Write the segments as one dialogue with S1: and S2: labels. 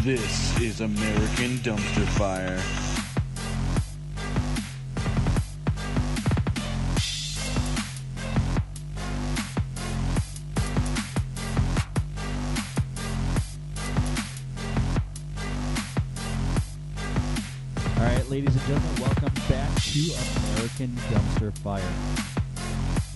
S1: This is American Dumpster Fire.
S2: All right, ladies and gentlemen, welcome back to American Dumpster Fire.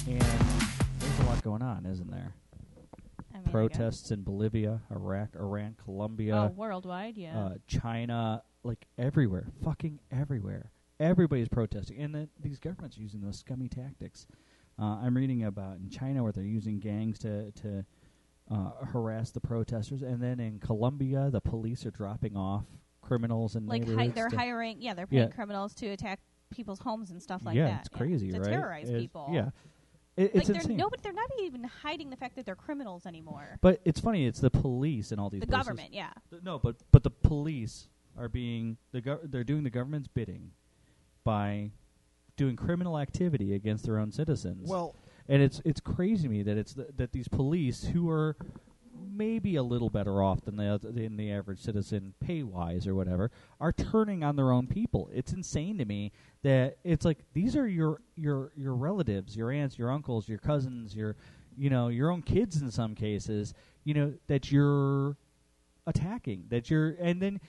S2: And there's a lot going on, isn't there?
S3: I mean, I guess.
S2: Protests in Bolivia, Iraq, Iran,
S3: Oh,
S2: Colombia,
S3: worldwide, yeah.
S2: uh, China, like everywhere, fucking everywhere. Everybody's protesting, and the, these governments are using those scummy tactics. Uh, I'm reading about in China where they're using gangs to to uh, harass the protesters, and then in Colombia, the police are dropping off criminals and
S3: like hi-
S2: neighborhoods
S3: they're
S2: to-
S3: hiring, yeah, they're paying
S2: Yeah.
S3: criminals to attack people's homes and stuff like
S2: yeah,
S3: that.
S2: it's crazy,
S3: to
S2: right?
S3: terrorize
S2: It's-
S3: people.
S2: Yeah, It-
S3: like
S2: it's
S3: they're
S2: insane.
S3: no, but they're not even hiding the fact that they're criminals anymore.
S2: but it's funny. It's the police and all these
S3: the
S2: places-
S3: government, yeah,
S2: Th- No, but but the police are being the gov- they're doing the government's bidding by doing criminal activity against their own citizens.
S4: Well,
S2: and it's it's crazy to me that it's th- that these police who are maybe a little better off than the oth- than the average citizen pay wise or whatever are turning on their own people. It's insane to me that it's like these are your your your relatives, your aunts, your uncles, your cousins, your you know your own kids in some cases. You know that you're attacking that you're and then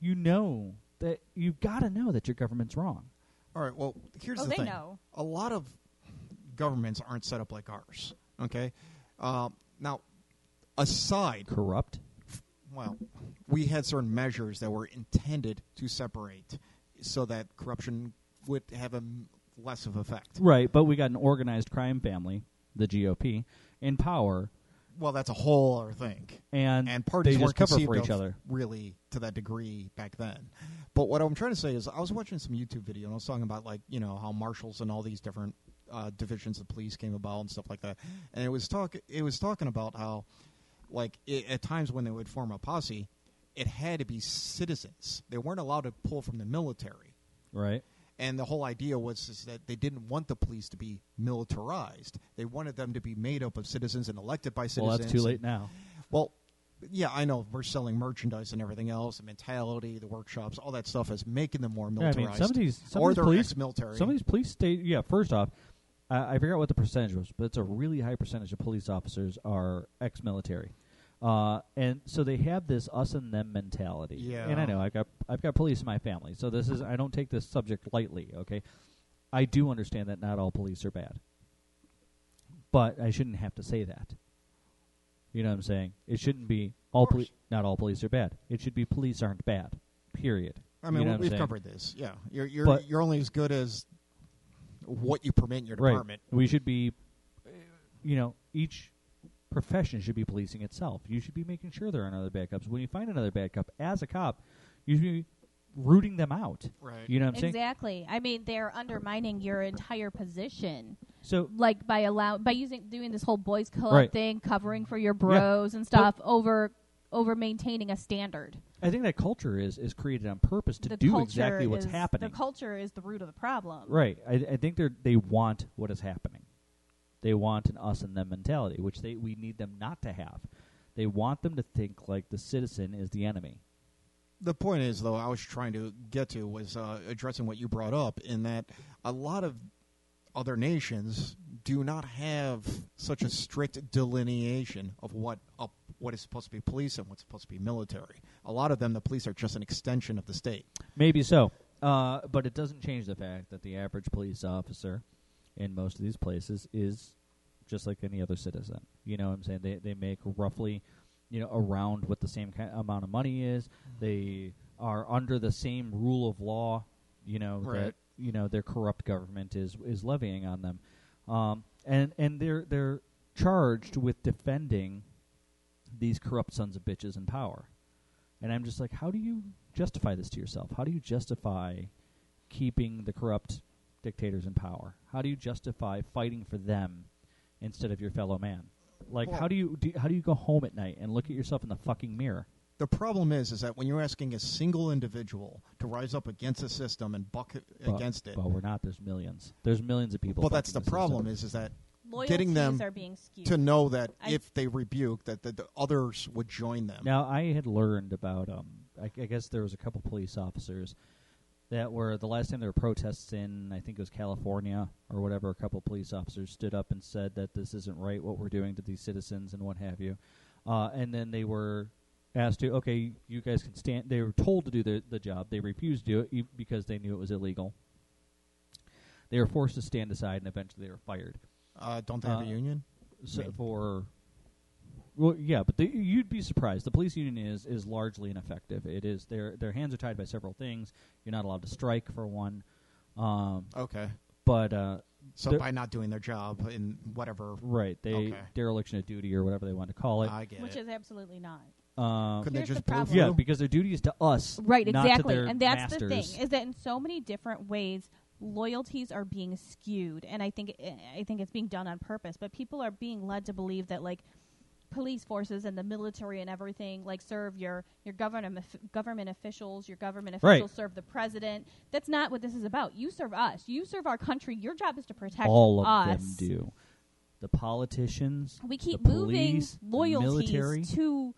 S2: you know that you've got to know that your government's wrong.
S4: all right. Well, here's
S3: Oh,
S4: the
S3: they
S4: thing.
S3: know.
S4: A lot of governments aren't set up like ours. Okay. Uh, now, aside,
S2: Corrupt.
S4: well, we had certain measures that were intended to separate, so that corruption would have a m- less of effect.
S2: Right, but we got an organized crime family, the GOP, in power,
S4: Well, that's a whole other thing.
S2: and,
S4: and parties
S2: they
S4: weren't
S2: just cover
S4: conceived
S2: for each
S4: of
S2: other.
S4: really to that degree back then. But what I'm trying to say is, I was watching some YouTube video and I was talking about like you know how marshals and all these different uh, divisions of police came about and stuff like that, and it was talk it was talking about how like i at times when they would form a posse, it had to be citizens. They weren't allowed to pull from the military
S2: Right.
S4: and the whole idea was is that they didn't want the police to be militarized. They wanted them to be made up of citizens and elected by citizens.
S2: Well, that's too late now.
S4: Well, yeah, I know we're selling merchandise and everything else, the mentality, the workshops, all that stuff is making them more
S2: Yeah, I
S4: militarized.
S2: mean, some of these, some
S4: or
S2: of these
S4: they're
S2: police,
S4: ex-military.
S2: some of these police state. Yeah, first off, I, I forgot what the percentage was, but it's a really high percentage of police officers are ex-military, uh, and so they have this us and them mentality.
S4: Yeah.
S2: and I know I've got I've got police in my family, so this is I don't take this subject lightly. Okay, I do understand that not all police are bad, but I shouldn't have to say that. You know what I'm saying? It shouldn't be all
S4: course.
S2: police. Not all police are bad. It should be police aren't bad. Period.
S4: I mean,
S2: You know
S4: we-
S2: what I'm
S4: we've
S2: saying?
S4: covered this. Yeah, you're you're,
S2: But-
S4: you're only as good as what you permit in your department.
S2: Right. We should be, uh, you know, each profession should be policing itself. You should be making sure there aren't other bad cops. When you find another bad cop, as a cop, you should be rooting them out.
S4: Right.
S2: You know what I'm saying?
S3: exactly. I mean, they're undermining your entire position,
S2: So
S3: like by allow by using doing this whole boys' club
S2: Right.
S3: thing, covering for your bros and stuff over over maintaining a standard.
S2: I think that culture is is created on purpose to
S3: the
S2: do
S3: culture
S2: exactly what's
S3: is-
S2: happening.
S3: The culture is the root of the problem.
S2: Right. I, I think they they want what is happening. They want an us and them mentality, which they we need them not to have. They want them to think like the citizen is the enemy.
S4: the point is though i was trying to get to was uh, addressing what you brought up in that a lot of other nations do not have such a strict delineation of what up what is supposed to be police and what's supposed to be military a lot of them the police are just an extension of the state
S2: Maybe so. Uh, but it doesn't change the fact that the average police officer in most of these places is just like any other citizen. You know what I'm saying? They they make roughly, you know, around what the same ki amount of money is. They are under the same rule of law, you know, that
S4: Right.
S2: you know, their corrupt government is is levying on them. Um, and and they're they're charged with defending these corrupt sons of bitches in power. And I'm just like, how do you justify this to yourself? How do you justify keeping the corrupt dictators in power? How do you justify fighting for them instead of your fellow man? Like,
S4: Well-
S2: how do you do, how do you go home at night and look at yourself in the fucking mirror?
S4: the problem is is that when you're asking a single individual to rise up against a system and buck
S2: But-
S4: against it
S2: Well, we're not. There's millions. There's millions of people.
S4: well that's the
S2: bucking
S4: problem
S2: system.
S4: is is that
S3: loyalties
S4: getting them
S3: are being skewed.
S4: to know that
S3: I-
S4: if they rebuke, that the, the others would join them.
S2: Now I had learned about um. I, I guess there was a couple police officers that were the last time there were protests in I think it was California or whatever. A couple police officers stood up and said that this isn't right what we're doing to these citizens and what have you. Uh, and then they were asked to okay, you guys can stand. They were told to do the the job. They refused to do it e- because they knew it was illegal. They were forced to stand aside, and eventually they were fired
S4: Uh, don't they have
S2: Uh,
S4: a union?
S2: so
S4: mean-
S2: for well yeah but the, you'd be surprised the police union is is largely ineffective it is their their hands are tied by several things you're not allowed to strike for one um
S4: Okay.
S2: but uh
S4: So
S2: They're-
S4: by not doing their job in whatever,
S2: right they
S4: Okay.
S2: dereliction of duty or whatever they want to call it
S4: I get
S3: which
S4: it.
S3: is absolutely not
S2: um
S4: Couldn't they
S3: Here's the
S4: just blow
S3: problem.
S4: through?
S2: yeah because their duty is to us
S3: right
S2: not to
S3: exactly
S2: their
S3: and that's the
S2: masters.
S3: thing is that in so many different ways loyalties are being skewed and i think eh, i think it's being done on purpose but people are being led to believe that like police forces and the military and everything like serve your your government government officials your government
S2: Right.
S3: officials serve the president that's not what this is about you serve us you serve our country your job is to protect
S2: all of
S3: us
S2: them do the politicians
S3: we keep
S2: the
S3: moving
S2: police, the military.
S3: loyalties to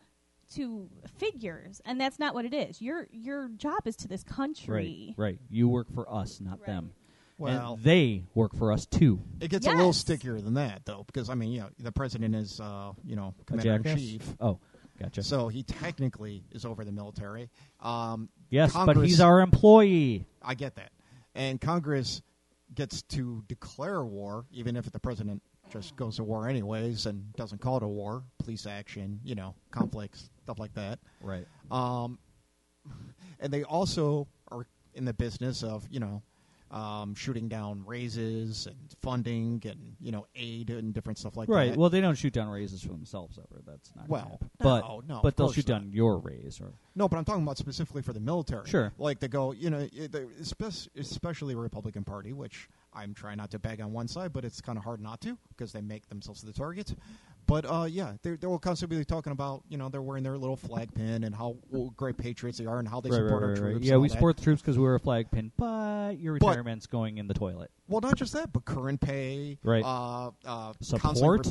S3: to figures and that's not what it is your your job is to this country
S2: right right you work for us not
S3: Right.
S2: them
S4: Well,
S2: and they work for us too
S4: it gets a little
S3: Yes.
S4: stickier than that, though, because I mean, yeah, the president is, uh, you know, commander in
S2: jackass?
S4: chief.
S2: oh gotcha
S4: So he technically is over the military. Um,
S2: Yes, but
S4: Congress-
S2: he's our employee.
S4: I get that. And Congress gets to declare war, even if the president just goes to war anyways and doesn't call it a war, police action, you know, conflicts, stuff like that.
S2: Right.
S4: Um, and they also are in the business of, you know, um, shooting down raises and funding and, you know, aid and different stuff like
S2: Right.
S4: that.
S2: Well, they don't shoot down raises for themselves ever. That's not. gonna
S4: Well,
S2: happen. but
S4: no, no,
S2: but
S4: of
S2: they'll
S4: course
S2: shoot
S4: not.
S2: down your raise. Or,
S4: No, but I'm talking about specifically for the military.
S2: Sure.
S4: Like they go, you know, it- they- espe- especially Republican Party, which I'm trying not to bag on one side, but it's kind of hard not to because they make themselves the target. But uh, yeah, they're, they're all constantly talking about, you know, they're wearing their little flag pin and how well, great patriots they are and how they
S2: right, right,
S4: support
S2: right,
S4: our
S2: right.
S4: troops. and
S2: Yeah,
S4: all
S2: we
S4: that.
S2: support the troops because we were a flag pin, but your
S4: But-
S2: retirement's going in the toilet.
S4: Well, not just that, but current pay,
S2: Right.
S4: Uh, uh,
S2: Support?
S4: counseling for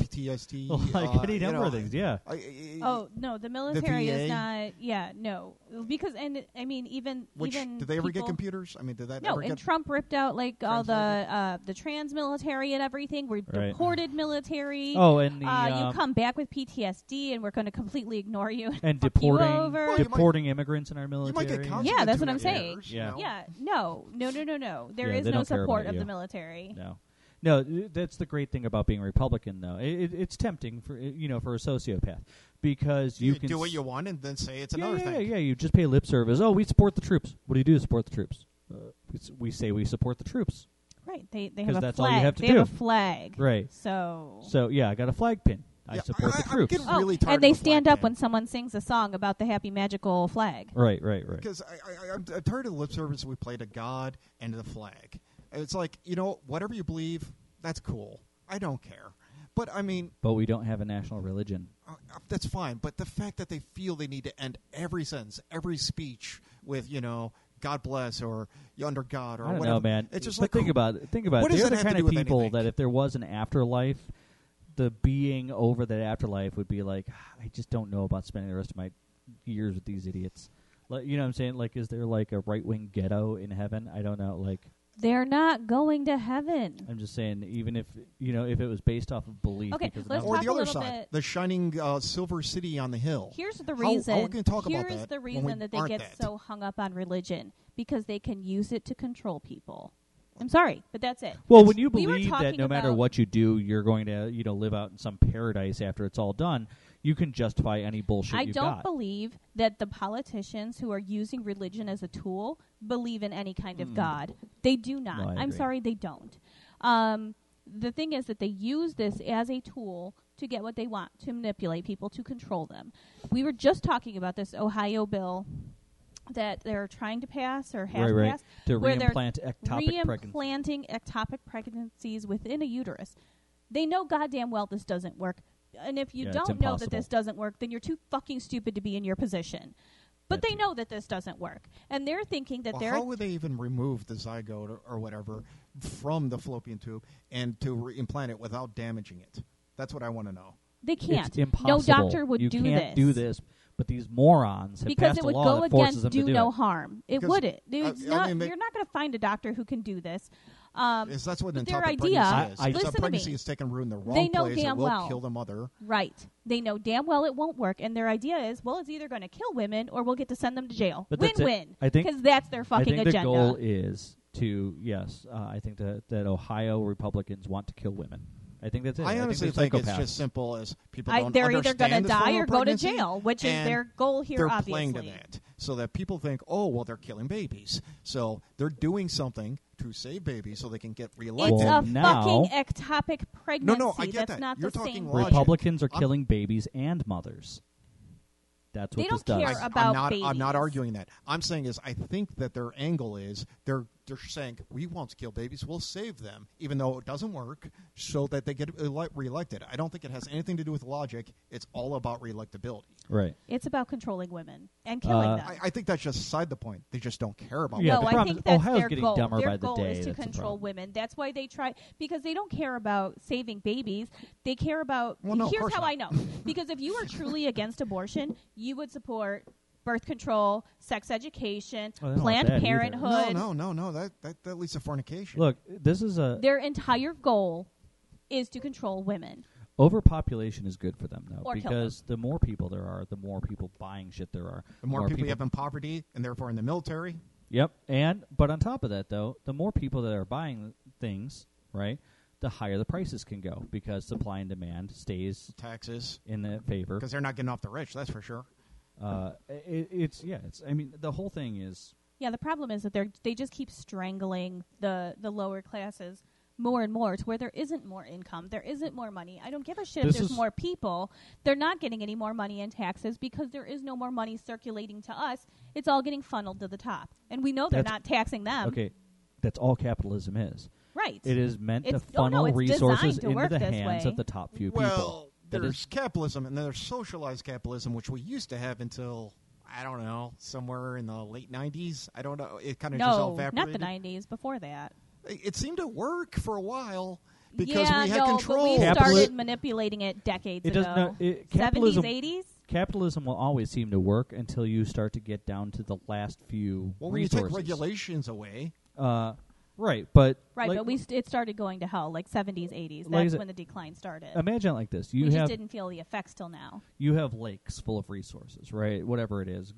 S4: PTSD,
S2: like
S4: uh,
S2: any
S4: you
S2: number
S4: know,
S2: of things. Yeah.
S4: I- I-
S3: oh no the military
S4: VA?
S3: is not yeah no because and i mean even
S4: which
S3: even
S4: did they ever get
S3: people-
S4: computers? I mean, did that
S3: no,
S4: ever
S3: and
S4: get
S3: Trump ripped out like all
S4: Trans
S3: the uh, the trans military and everything. We're
S2: Right.
S3: deported military.
S2: Oh, and the
S3: uh,
S2: um,
S3: you come back with PTSD, and we're going to completely ignore you.
S2: and
S3: fuck you
S2: deporting
S3: over. Well,
S4: you might-
S2: deporting immigrants in our
S4: You
S2: military.
S4: might get counseling
S3: Yeah,
S4: in
S3: that's
S4: two
S3: what I'm
S4: years,
S3: saying.
S4: you
S2: Yeah.
S4: know?
S3: Yeah, no, no, no, no, no. There
S2: Yeah,
S3: is
S2: they
S3: no
S2: don't care
S3: support
S2: about
S3: of
S2: you.
S3: the military.
S2: No, no, th- that's the great thing about being Republican, though. It, it, it's tempting for you know for a sociopath because you,
S4: you,
S2: can
S4: do what
S2: s-
S4: you want and then say it's
S2: yeah,
S4: another
S2: yeah,
S4: thing.
S2: Yeah, yeah, you just pay lip service. Oh, we support the troops. What do you do to support the troops? Uh, we, s- we say we support the troops.
S3: Right? They they
S2: 'Cause
S3: have a
S2: that's all
S3: flag.
S2: you have to
S3: they
S2: do.
S3: have a flag.
S2: Right.
S3: So.
S2: So, yeah, I got a flag pin. I
S4: Yeah,
S2: support
S4: I-
S2: the
S4: I'm
S2: troops.
S4: getting-
S3: Oh,
S4: really tired of
S3: and they
S4: the flag
S3: stand up
S4: man.
S3: when someone sings a song about the happy magical flag.
S2: Right, right, right.
S4: Because I, I, I'm, I'm tired of the lip service we play to God and to the flag. And It's like you know whatever you believe, that's cool. I don't care. But I mean,
S2: But we don't have a national religion.
S4: uh, uh, that's fine. But the fact that they feel they need to end every sentence, every speech with you know God bless or you under God or
S2: I don't
S4: whatever.
S2: know, man.
S4: It's just
S2: but
S4: like
S2: think
S4: who-
S2: about it. Think about
S4: what
S2: it.
S4: does
S2: They're the
S4: that have
S2: kind
S4: to do
S2: of
S4: with
S2: people
S4: anything?
S2: that if there was an afterlife, the being over that afterlife would be like, "Ah, I just don't know about spending the rest of my years with these idiots. Like, you know what I'm saying? Like, is there like a right wing ghetto in heaven? I don't know. Like,
S3: They're not going to heaven.
S2: I'm just saying, even if you know, if it was based off of belief,
S3: Okay,
S2: because
S3: let's
S2: that was-
S4: or
S3: talk
S4: the
S3: a
S4: other
S3: little
S4: side,
S3: bit-
S4: the shining uh, silver city on the hill.
S3: Here's the
S4: How- how we
S3: reason.
S4: gonna talk about
S3: Here's
S4: that
S3: the
S4: when we
S3: reason that they
S4: aren't
S3: get
S4: that?
S3: so hung up on religion because they can use it to control people. I'm sorry, but that's it.
S2: well, when you
S3: we were
S2: believe that
S3: talking
S2: no matter
S3: about-
S2: what you do, you're going to you know live out in some paradise after it's all done, you can justify any bullshit
S3: I
S2: you've
S3: don't
S2: got.
S3: believe that the politicians who are using religion as a tool believe in any kind of God. They do
S2: Hmm. No,
S3: not.
S2: I
S3: I'm
S2: agree.
S3: sorry, they don't. Um, the thing is that they use this as a tool to get what they want, to manipulate people, to control them. We were just talking about this Ohio bill that they're trying to pass or have
S2: right, right.
S3: passed.
S2: To
S3: where they're
S2: reimplant ectopic pregnancy.
S3: reimplanting ectopic pregnancies within a uterus. They know goddamn well this doesn't work. And if you
S2: Yeah, it's
S3: don't know that
S2: impossible.
S3: this doesn't work, then you're too fucking stupid to be in your position. But
S2: That
S3: they
S2: too.
S3: know that this doesn't work. And they're thinking that
S4: Well,
S3: they're
S4: how would they even remove the zygote or, or whatever from the fallopian tube and to re- implant it without damaging it? That's what I want to know.
S3: They can't.
S2: It's impossible.
S3: No doctor would
S2: you
S3: do
S2: can't
S3: this.
S2: do this. But these morons have
S3: because
S2: passed
S3: it would
S2: a law
S3: go
S2: that forces
S3: against
S2: them
S3: do,
S2: to do
S3: no
S2: it.
S3: harm. It
S4: Because,
S3: wouldn't.
S4: I-
S3: It's
S4: I
S3: not,
S4: mean, ma-
S3: you're not going to find a doctor who can do this. Um,
S4: Is that's what an
S3: But their
S4: ectopic
S3: idea-
S4: pregnancy is?
S2: I- I-
S4: It's a
S3: Listen to
S4: pregnancy
S3: me.
S4: is taken root in the wrong
S3: They know
S4: place.
S3: damn
S4: it will
S3: well.
S4: kill the mother.
S3: right. They know damn well it won't work, and their idea is, well, it's either going to kill women or we'll get to send them to jail.
S2: But that's it.
S3: Win-win.
S2: I think-
S3: because that's their fucking
S2: I think
S3: agenda.
S2: the goal is to yes. Uh, I think that that Ohio Republicans want to kill women. I think that's it.
S4: I honestly
S2: think,
S4: think,
S2: they're
S4: it's
S2: psychopaths.
S4: just simple as people
S3: I,
S4: don't
S3: they're either
S4: understand
S3: going to
S4: the
S3: die
S4: form
S3: or
S4: of
S3: go to
S4: pregnancy,
S3: jail, which is
S4: and
S3: their goal here.
S4: They're
S3: obviously,
S4: playing to that so that people think, oh, well, they're killing babies. So they're doing something to save babies so they can get reelected.
S3: it's
S2: Well,
S3: a
S2: now-
S3: fucking ectopic
S4: no,
S3: pregnancy.
S4: no, I get
S3: that's
S4: that.
S3: not
S4: You're
S3: the
S4: talking
S3: same.
S4: logic.
S2: Republicans are
S4: I'm-
S2: killing babies and mothers. That's what
S3: They
S2: this
S3: don't
S2: does.
S3: care
S4: I,
S3: about
S4: am not, I'm not
S3: babies.
S4: arguing that. I'm saying is I think that their angle is they're they're saying we won't kill babies, we'll save them, even though it doesn't work, so that they get ele- reelected. I don't think it has anything to do with logic. It's all about reelectability.
S2: right.
S3: It's about controlling women and killing
S2: Uh,
S3: them.
S4: I, I think that's just aside the point. They just don't care about.
S2: Yeah,
S3: no,
S2: the
S3: I
S2: problem
S3: think
S2: is
S3: that's
S2: Ohio's
S3: their
S2: getting
S3: goal.
S2: dumber
S3: their
S2: by the
S3: goal
S2: day.
S3: is to
S2: That's the
S3: control
S2: problem.
S3: women. That's why they try because they don't care about saving babies. They care about.
S4: Well, no, of
S3: here's
S4: course
S3: how
S4: not.
S3: I know because if you were truly against abortion, you would support birth control, sex education,
S2: Oh, they don't want
S3: Planned
S2: that either.
S3: Parenthood.
S4: No, no, no, no. That that, that leads to fornication.
S2: Look, this is a
S3: Their entire goal is to control women.
S2: overpopulation is good for them though
S3: Or kill them.
S2: because the more people there are, the more people buying shit there are.
S4: the more, people, you have in poverty and therefore in the military,
S2: Yep. And but on top of that though, the more people that are buying things, right? The higher the prices can go because supply and demand stays
S4: taxes,
S2: in the favor.
S4: because they're not getting off the rich. That's for sure.
S2: Uh, it, it's yeah. It's I mean the whole thing is
S3: Yeah, the problem is that they're they just keep strangling the the lower classes more and more to where there isn't more income, there isn't more money. I don't give a shit
S2: This
S3: if there's
S2: is-
S3: more people. They're not getting any more money in taxes because there is no more money circulating to us. It's all getting funneled to the top, and we know they're
S2: That's-
S3: not taxing them.
S2: okay. That's all capitalism is.
S3: right?
S2: It is meant to
S3: It's- oh, no,
S2: funnel
S3: it's
S2: resources
S3: designed to
S2: into
S3: work
S2: the
S3: this
S2: hands
S3: way.
S2: of the top few
S4: Well,
S2: people. That
S4: there's
S2: is
S4: capitalism and then there's socialized capitalism, which we used to have until I don't know, somewhere in the late '90s. I don't know. It kind of just
S3: no, not
S4: all
S3: the
S4: evaporated.
S3: nineties. Before that,
S4: It- It seemed to work for a while because
S3: yeah,
S4: we had
S3: no,
S4: control.
S3: But we started
S2: Capitali-
S3: manipulating it decades
S2: It does
S3: ago.
S2: not- it-
S3: Seventies,
S2: capitalism-
S3: eighties.
S2: capitalism will always seem to work until you start to get down to the last few
S4: well, when you
S2: resources.
S4: take regulations away,
S2: Uh, right, but
S3: Right,
S2: like-
S3: but we st- it started going to hell like seventies, eighties.
S2: Like I
S3: That's
S2: said-
S3: when the decline started.
S2: imagine it like this: you
S3: we
S2: have
S3: just didn't feel the effects till now.
S2: you have lakes full of resources, right? Whatever it is,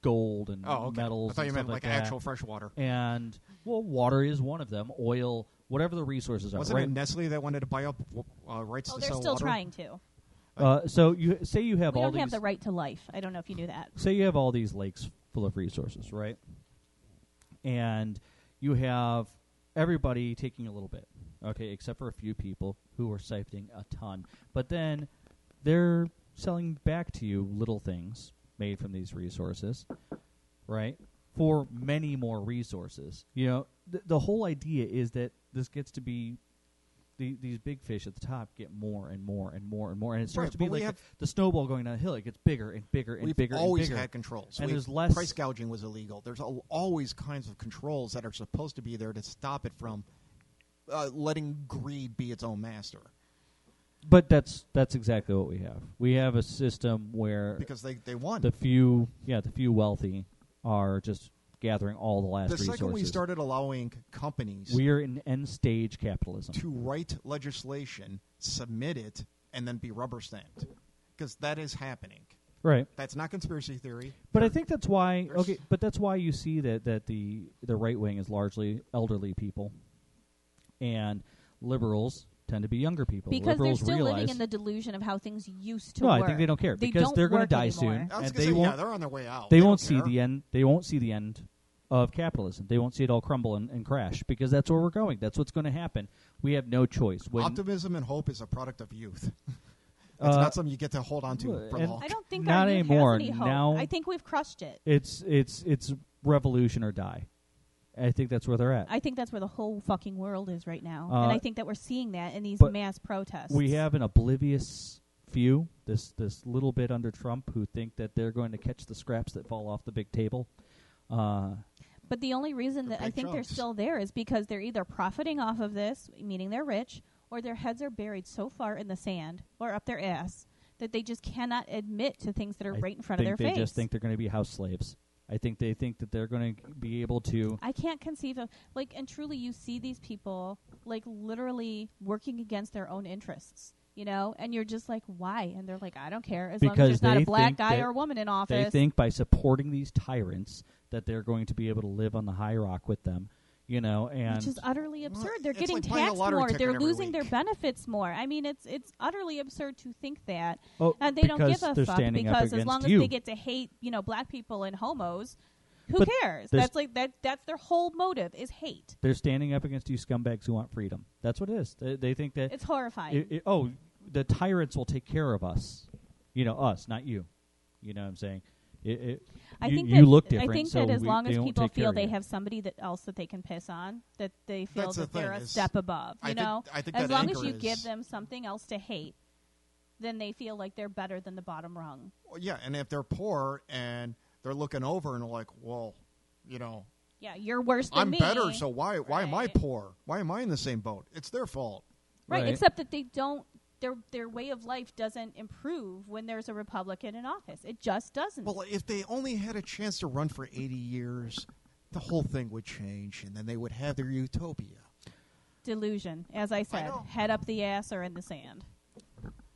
S2: gold and
S4: oh, okay.
S2: metals.
S4: I thought
S2: and
S4: you
S2: stuff
S4: meant like,
S2: like that.
S4: actual fresh water.
S2: And well, water is one of them. Oil, whatever the resources are.
S4: Wasn't
S2: right?
S4: it Nestle that wanted to buy up uh, rights
S3: Oh,
S4: to
S3: they're
S4: sell
S3: still
S4: water?
S3: trying to.
S2: Uh, so you say you have
S3: We
S2: all
S3: don't
S2: these.
S3: have the right to life. I don't know if you knew that.
S2: say you have all these lakes full of resources, right? And you have everybody taking a little bit, okay, except for a few people who are siphoning a ton. But then they're selling back to you little things made from these resources, right? For many more resources. You know, th- the whole idea is that this gets to be. The, these big fish at the top get more and more and more and more, and it starts
S4: Right,
S2: to be
S4: but we
S2: like
S4: have-
S2: the, the snowball going down the hill. It gets bigger and bigger and
S4: We've
S2: bigger
S4: always
S2: and bigger.
S4: had controls.
S2: And
S4: We've-
S2: there's less-
S4: price gouging was illegal. There's al- always kinds of controls that are supposed to be there to stop it from uh, letting greed be its own master.
S2: But that's that's exactly what we have. We have a system where
S4: Because they they won.
S2: the few, yeah, the few wealthy are just gathering all the last
S4: the
S2: resources.
S4: second we started allowing companies
S2: We are in end stage capitalism.
S4: to write legislation, submit it, and then be rubber stamped, because that is happening.
S2: Right.
S4: That's not conspiracy theory.
S2: But I think that's why
S4: There's-
S2: okay, but that's why you see that that the the right wing is largely elderly people and liberals tend to be younger people.
S3: Because they're
S2: liberals
S3: still
S2: realize
S3: living in the delusion of how things used to
S2: No, I
S3: work.
S2: think they don't care because
S3: don't
S2: they're gonna
S3: work
S2: die
S3: anymore.
S2: soon.
S4: I was
S2: And
S4: gonna
S2: they
S4: say, yeah,
S2: won't-
S4: they're on their way out.
S2: they,
S4: Oh, They
S2: won't
S4: don't
S2: see
S4: care.
S2: the end they won't see the end of capitalism. They won't see it all crumble and, and crash because that's where we're going. That's what's going to happen. We have no choice. When
S4: Optimism and hope is a product of youth. it's
S2: Uh,
S4: not something you get to hold on to
S2: well,
S4: for
S2: and-
S4: long.
S3: I don't think
S2: Not
S3: our youth
S2: anymore.
S3: Has any hope.
S2: Now-
S3: I think we've crushed it.
S2: It's it's it's revolution or die. I think that's where they're at.
S3: I think that's where the whole fucking world is right now,
S2: Uh,
S3: and I think that we're seeing that in these
S2: but
S3: mass protests.
S2: we have an oblivious few, this this little bit under Trump, who think that they're going to catch the scraps that fall off the big table. Uh,
S3: But the only reason
S4: They're
S3: that I
S4: big
S3: think they're
S4: chunks.
S3: still there is because they're either profiting off of this, meaning they're rich, or their heads are buried so far in the sand or up their ass that they just cannot admit to things that are
S2: I
S3: right in front of
S2: think
S3: their
S2: they
S3: face.
S2: just think they're going to be house slaves. I think they think that they're going to be able to.
S3: I can't conceive of like and truly you see these people like literally working against their own interests, you know, and you're just like, why? And they're like, I don't care as long as
S2: Because
S3: there's not
S2: they
S3: a black
S2: think
S3: guy
S2: that-
S3: or a woman in
S2: They
S3: office.
S2: think by supporting these tyrants that they're going to be able to live on the high rock with them, you know. And
S3: which is uh, utterly
S4: Well,
S3: absurd. They're
S4: it's
S3: getting
S4: like buying a
S3: taxed
S4: lottery
S3: more.
S4: ticket
S3: They're
S4: every
S3: losing their
S4: week.
S3: benefits more. I mean, it's it's utterly absurd to think that.
S2: oh,
S3: And they
S2: because
S3: don't give a
S2: they're
S3: fuck
S2: standing up
S3: because as
S2: against
S3: long
S2: you.
S3: as they get to hate, you know, black people and homos, who
S2: But
S3: cares?
S2: there's-
S3: That's like that. That's their whole motive is hate.
S2: they're standing up against you scumbags who want freedom. That's what it is. They, they think that
S3: It's horrifying.
S2: i- i- oh, the tyrants will take care of us. You know, us, not you. You know what I'm saying? It, it,
S3: I
S2: you,
S3: think
S2: you
S3: that,
S2: look different.
S3: I think
S2: so
S3: that as
S2: we-
S3: long
S2: they
S3: as
S2: won't
S3: people
S2: take care
S3: feel
S2: of
S3: they
S2: you.
S3: have somebody that else that they can piss on, that they feel
S4: That's the
S3: that they're
S4: thing
S3: a
S4: is-
S3: step above.
S4: I
S3: You
S4: think-
S3: know,
S4: I think
S3: as
S4: that
S3: long as
S4: anchor
S3: you
S4: is-
S3: give them something else to hate, then they feel like they're better than the bottom rung.
S4: Well, yeah, and if they're poor and they're looking over and like, well, you know,
S3: Yeah, you're worse than
S4: I'm
S3: me.
S4: better, so why why am I
S3: Right.
S4: poor? Why am I in the same boat? It's their fault.
S3: right,
S2: Right.
S3: Except that they don't. Their their way of life doesn't improve when there's a Republican in office. It just doesn't.
S4: Well, if they only had a chance to run for 80 years, the whole thing would change, and then they would have their utopia.
S3: Delusion, as I said,
S4: know.
S3: head up the ass or in the sand.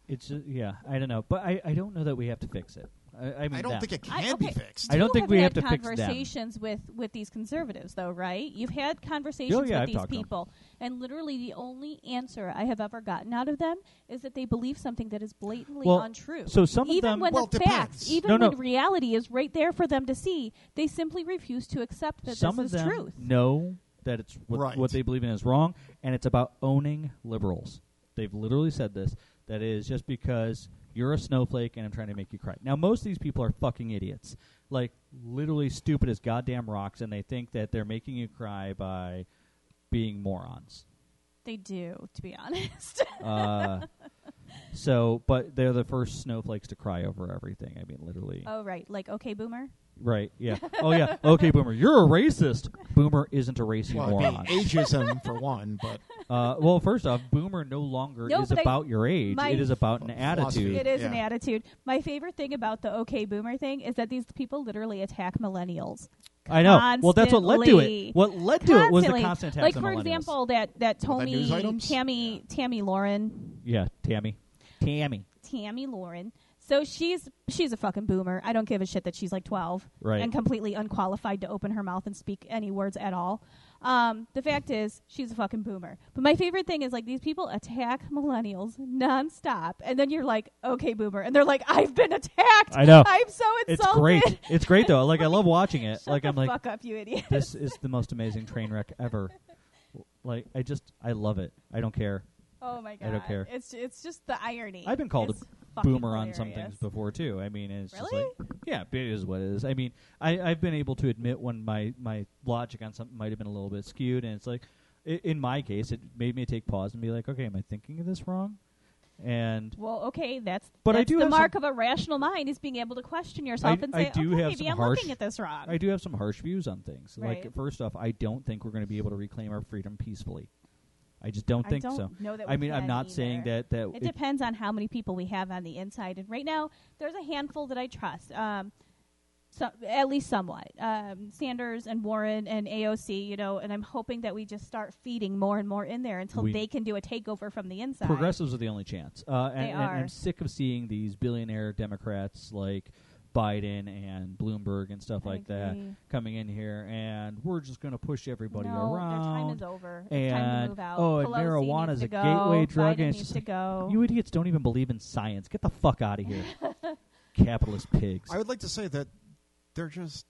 S2: It's just, yeah, I don't know, but I, I don't know that we have to fix it. I, I, mean
S4: I don't
S2: them.
S4: think it can
S3: I-
S4: be
S3: okay.
S4: fixed.
S2: I don't
S3: you
S2: think we
S3: had
S2: have to fix them.
S3: conversations with with these conservatives, though, right? You've had conversations
S2: Oh, yeah,
S3: with
S2: I've
S3: these
S2: talked to 'em.
S3: people, and literally the only answer I have ever gotten out of them is that they believe something that is blatantly
S2: Well,
S3: untrue.
S2: so some of
S3: even
S2: them-
S3: when
S4: Well,
S3: the
S4: it depends.
S3: facts, even
S2: No, no.
S3: when reality is right there for them to see, they simply refuse to accept that
S2: Some
S3: this
S2: of
S3: is
S2: them
S3: truth.
S2: know that it's what,
S4: Right.
S2: what they believe in is wrong, and it's about owning liberals. They've literally said this. That is just because you're a snowflake and I'm trying to make you cry. Now, most of these people are fucking idiots, like literally stupid as goddamn rocks, and they think that they're making you cry by being morons.
S3: They do, to be honest.
S2: Uh, so, but they're the first snowflakes to cry over everything. I mean, literally.
S3: oh, right, like okay, boomer.
S2: Right. Yeah. Oh yeah. Okay, Boomer, you're a racist. Boomer isn't a racist
S4: Well, I mean,
S2: moron.
S4: ageism for one, but
S2: Uh, well, first off, Boomer no longer
S3: No,
S2: is
S3: but I-
S2: about your age.
S3: my-
S2: It is about an
S4: Philosophy.
S2: attitude.
S3: It is an
S4: Yeah.
S3: attitude. My favorite thing about the okay boomer thing is that these people literally attack millennials.
S2: I know. Well, that's what led to
S3: Constantly.
S2: it. What led to it was the
S3: Constantly.
S2: constant attacks
S3: Like
S2: on
S3: for
S2: millennials.
S3: example, that that
S4: Well, that
S3: Tommy,
S4: news items?
S3: Tammy, Tammy Lauren,
S2: Yeah, Tammy. Tammy.
S3: Tammy Lauren. So she's she's a fucking boomer. I don't give a shit that she's like twelve
S2: Right.
S3: and completely unqualified to open her mouth and speak any words at all. Um, the fact is, she's a fucking boomer. But my favorite thing is like these people attack millennials nonstop, and then you're like, okay, boomer, and they're like, I've been attacked.
S2: I know.
S3: I'm so
S2: It's
S3: insulted.
S2: great. It's great though. Like I love watching it.
S3: Shut
S2: Like
S3: the
S2: I'm like,
S3: fuck up, you idiot.
S2: this is the most amazing train wreck ever. Like I just, I love it. I don't care.
S3: Oh my god!
S2: I don't care.
S3: It's it's just the irony.
S2: I've been called a
S3: It's fucking
S2: boomer on some
S3: hilarious.
S2: things before too. I mean, it's
S3: Really?
S2: just like yeah, but it is what it is. I mean, I I've been able to admit when my my logic on something might have been a little bit skewed, and it's like i in my case, it made me take pause and be like, okay, am I thinking of this wrong? And
S3: Well, okay, that's
S2: But I
S3: that's
S2: do
S3: the
S2: have
S3: mark of a rational mind is being able to question yourself
S2: I-
S3: and
S2: I
S3: say,
S2: do
S3: okay,
S2: have
S3: maybe
S2: some
S3: I'm
S2: harsh-
S3: looking at this wrong.
S2: I do have some harsh views on things. Like
S3: Right.
S2: first off, I don't think we're going to be able to reclaim our freedom peacefully. I just don't
S3: I
S2: think
S3: don't
S2: so.
S3: know that
S2: I
S3: we
S2: mean, I'm
S3: can
S2: not saying
S3: either.
S2: that that
S3: It
S2: it-
S3: depends on how many people we have on the inside, and right now there's a handful that I trust. Um, so, at least somewhat. Um, Sanders and Warren and AOC, you know, and I'm hoping that we just start feeding more and more in there until
S2: We-
S3: they can do a takeover from the inside.
S2: Progressives are the only chance. Uh, and,
S3: They
S2: and I'm
S3: are.
S2: sick of seeing these billionaire Democrats like Biden and Bloomberg and stuff
S3: I
S2: like that
S3: agree.
S2: coming in here, and we're just going to push everybody
S3: no, their time
S2: around.
S3: is over. It's time
S2: and
S3: to move out.
S2: oh, and
S3: Pelosi
S2: marijuana
S3: needs
S2: is
S3: to
S2: a
S3: go.
S2: gateway drug,
S3: Biden
S2: and it's
S3: needs
S2: just
S3: to
S2: like,
S3: go.
S2: you idiots don't even believe in science. Get the fuck out of here, capitalist pigs.
S4: I would like to say that they're just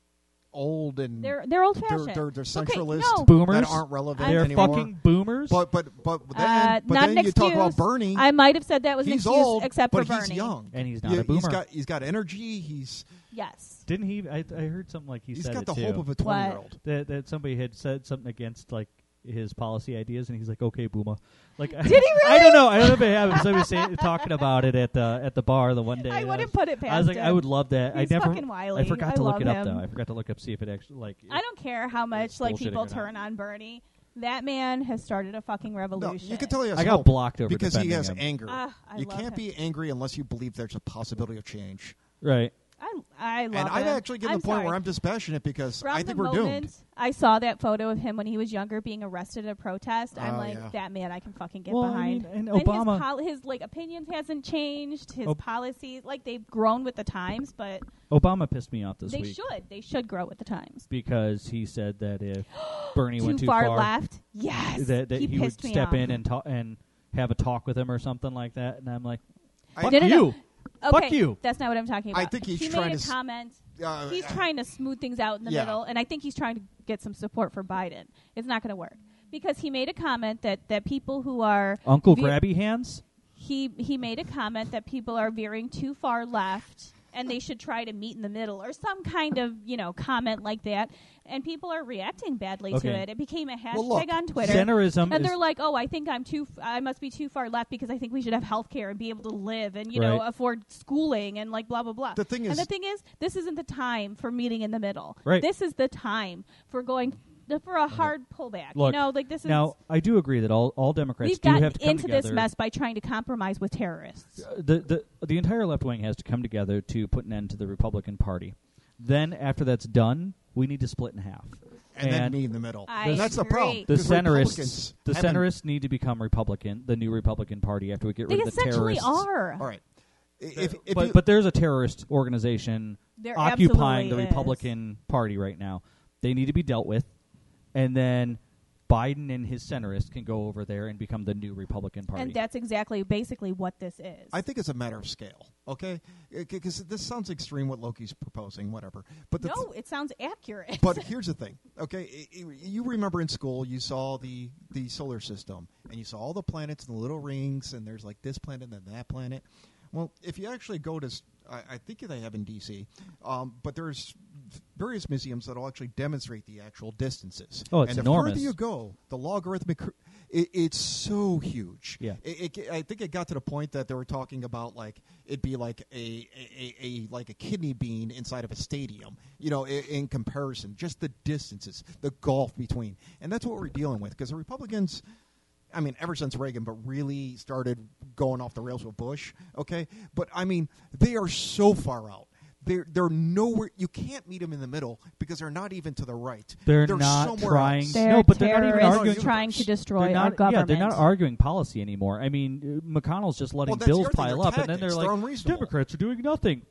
S4: old and
S3: they're they're old
S4: they're,
S3: fashioned.
S4: they're, they're centralist
S3: no.
S2: Boomers.
S4: that aren't relevant
S2: They're
S4: anymore.
S2: fucking boomers.
S4: But but but then,
S3: Uh,
S4: but
S3: not
S4: then
S3: an
S4: you talk about
S3: excuse.
S4: Bernie.
S3: I might have said that was an
S4: he's
S3: excuse,
S4: old,
S3: except
S4: but
S3: for
S4: he's
S3: Bernie.
S4: young,
S2: And he's not
S4: Yeah,
S2: a boomer.
S4: He's got he's got energy. He's
S3: Yes,
S2: Didn't he? I, I heard something like he
S4: he's
S2: said
S4: got
S2: it
S4: the
S2: too.
S4: hope of a twenty year old.
S2: that that somebody had said something against like his policy ideas, and he's like, "Okay, Booma." Like, did
S3: he
S2: I don't know. I don't know if it happened. Somebody was saying, talking about it at the at the bar the one day.
S3: I
S2: and
S3: wouldn't
S2: was-
S3: put it past
S2: I was like,
S3: him.
S2: I would love that.
S3: He's
S2: I never.
S3: fucking wily.
S2: I forgot
S3: I
S2: to look
S3: love
S2: it up
S3: him.
S2: though. I forgot to look up see if it actually like.
S3: I don't care how much like
S2: bullshitting
S3: people
S2: or not.
S3: turn on Bernie. That man has started a fucking
S4: No,
S3: revolution.
S4: you could tell he has
S2: I got
S4: hope
S2: blocked over
S4: because he
S2: defending
S4: has
S2: him.
S4: anger.
S3: Ah, I
S4: you
S3: love
S4: can't
S3: him.
S4: be angry unless you believe there's a possibility of change.
S2: Right.
S3: I, I love
S4: and I'm
S3: him.
S4: actually getting
S3: I'm
S4: to the point
S3: sorry.
S4: where I'm dispassionate because
S3: From
S4: I think
S3: the
S4: we're
S3: moment
S4: doomed.
S3: I saw that photo of him when he was younger being arrested at a protest, I'm
S4: Oh,
S3: like,
S4: yeah.
S3: that man I can fucking get
S2: Well, I
S3: behind.
S2: mean, and
S3: his
S2: Obama-
S3: pol- his, like opinions hasn't changed. His
S2: Ob-
S3: policies, like they've grown with the times, but
S2: Obama pissed me off this
S3: they
S2: week
S3: should, they should grow with the times.
S2: because he said that if Bernie went too
S3: far, left, yes.
S2: that, that
S3: he,
S2: he, would
S3: pissed me
S2: step
S3: off.
S2: in and talk and have a talk with him or something like that. And I'm like,
S4: I-
S2: fuck
S3: No, no, no.
S2: you.
S3: Okay,
S2: Fuck you.
S3: That's not what I'm talking
S4: I
S3: about.
S4: think he's
S3: he
S4: trying
S3: made a
S4: to s-
S3: comment.
S4: Uh,
S3: he's trying to smooth things out in the
S4: Yeah.
S3: middle, and I think he's trying to get some support for Biden. It's not going to work because he made a comment that that people who are
S2: Uncle
S3: ve-
S2: Grabby Hands.
S3: he he made a comment that people are veering too far left and they should try to meet in the middle or some kind of you know comment like that and people are reacting badly to
S2: Okay.
S3: it it became a hashtag
S4: Well, look,
S3: on twitter
S2: Centerism
S3: and
S2: is
S3: they're like oh i think i'm too f- i must be too far left because i think we should have health care and be able to live and you know
S2: Right.
S3: afford schooling and like blah blah blah
S4: The thing
S3: and
S4: is-
S3: the thing is this isn't the time for meeting in the middle
S2: Right.
S3: this is the time for going for a hard pullback
S2: Look,
S3: you know like this is
S2: now. I do agree that all all Democrats
S3: we've
S2: do
S3: gotten
S2: have to come
S3: into
S2: together.
S3: this mess by trying to compromise with terrorists
S2: the, the the entire left wing has to come together to put an end to the Republican Party. Then after that's done, we need to split in half.
S4: and, then me in the middle.
S3: I
S4: And that's the
S3: agree.
S4: problem.
S2: the
S4: because
S2: centrists,
S4: Republicans
S2: the
S4: haven't-
S2: centrists need to become Republican, the new Republican Party after we get
S3: They
S2: rid of the
S3: essentially
S2: terrorists.
S3: are.
S4: All right. I- If, if
S2: Uh, but
S4: you,
S2: but there's a terrorist organization
S3: There
S2: occupying the
S3: absolutely is.
S2: Republican Party right now. They need to be dealt with, and then Biden and his centrists can go over there and become the new Republican Party.
S3: And that's exactly basically what this is.
S4: I think it's a matter of scale, okay? Because this sounds extreme what Loki's proposing, whatever. But the
S3: no, it sounds accurate.
S4: but here's the thing, okay? I- I- You remember in school, you saw the the solar system, and you saw all the planets and the little rings, and there's like this planet and then that planet. Well, if you actually go to, s- I, I think they have in DC, um, but there's various museums that'll actually demonstrate the actual distances.
S2: Oh, it's
S4: and the
S2: enormous.
S4: further you go, the logarithmic. cur- It, it's so huge.
S2: Yeah.
S4: It, it, I think it got to the point that they were talking about like it'd be like a, a, a, a like a kidney bean inside of a stadium. You know, in, in comparison, just the distances, the gulf between, and that's what we're dealing with because the Republicans. I mean, ever since Reagan, but really started going off the rails with Bush. Okay, but I mean, they are so far out. They're they're nowhere. You can't meet them in the middle because they're not even to the right.
S2: they're,
S4: They're
S2: not
S4: somewhere
S2: trying.
S4: else.
S3: they're
S2: no, but they're not even
S3: terrorists
S2: arguing.
S3: trying to
S2: they're
S3: destroy our
S2: not, yeah,
S3: government.
S2: they're not arguing policy anymore. I mean, uh, McConnell's just letting
S4: Well, that's the
S2: bills
S4: other thing,
S2: pile
S4: their
S2: up, and then they're
S4: tactics,
S2: like,
S4: they're unreasonable.
S2: Democrats are doing nothing.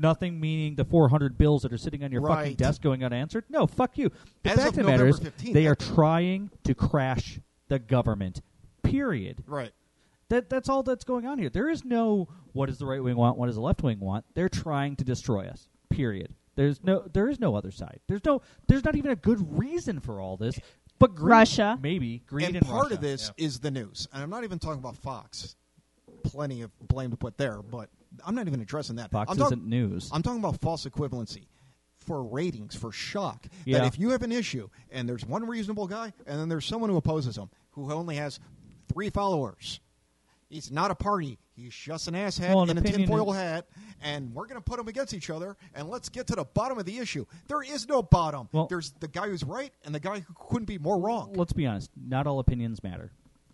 S2: Nothing meaning the 400 bills that are sitting on your fucking
S4: Right.
S2: desk going unanswered. No, fuck you. The
S4: As
S2: fact
S4: of
S2: the matter is,
S4: November 15th,
S2: they
S4: I
S2: are
S4: think.
S2: trying to crash the government. Period.
S4: Right.
S2: That that's all that's going on here. There is no what does the right wing want, what does the left wing want. They're trying to destroy us. Period. There's no there is no other side. There's no there's not even a good reason for all this. But greed,
S3: Russia.
S2: maybe greed
S4: and,
S2: and,
S4: part
S2: Russia.
S4: of this is the news. And I'm not even talking about Fox. Plenty of blame to put there, but I'm not even addressing that.
S2: Fox
S4: I'm, talk-
S2: isn't news.
S4: I'm talking about false equivalency for ratings, for shock.
S2: Yeah.
S4: That if you have an issue and there's one reasonable guy and then there's someone who opposes him who only has three followers. He's not a party. He's just an asshat
S2: Well, an
S4: in a
S2: opinion-
S4: tinfoil hat, and we're going to put them against each other, and let's get to the bottom of the issue. There is no bottom.
S2: Well-
S4: There's the guy who's right and the guy who couldn't be more wrong.
S2: Let's be honest. Not all opinions matter.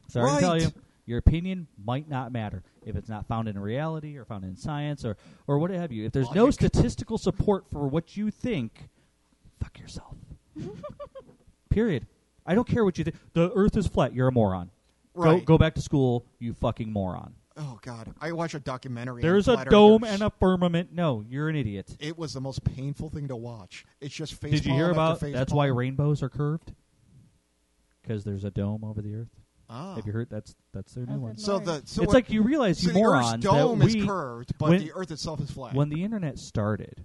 S2: Sorry
S4: Right.
S2: to tell you, your opinion might not matter if it's not found in reality or found in science or or what have you. If there's no
S4: Logic.
S2: statistical support for what you think, fuck yourself. Period. I don't care what you think. The Earth is flat. You're a moron.
S4: Right.
S2: Go go back to school. You fucking moron.
S4: Oh God! I watched a documentary. on
S2: There's a
S4: flat
S2: dome
S4: earthers.
S2: and a firmament. No, you're an idiot.
S4: It was the most painful thing to watch. It's just face.
S2: Did you hear
S4: palm
S2: about?
S4: after face
S2: That's
S4: palm.
S2: why rainbows are curved. Because there's a dome over the Earth.
S4: Ah.
S2: Have you heard? That's that's their new
S3: I've
S2: one.
S3: heard
S4: So the so
S2: it's
S4: what-
S2: like you realize,
S4: so
S2: you
S4: the
S2: moron,
S4: Earth's dome
S2: that
S4: is
S2: we,
S4: curved, but
S2: when-
S4: the Earth itself is flat.
S2: when the internet started,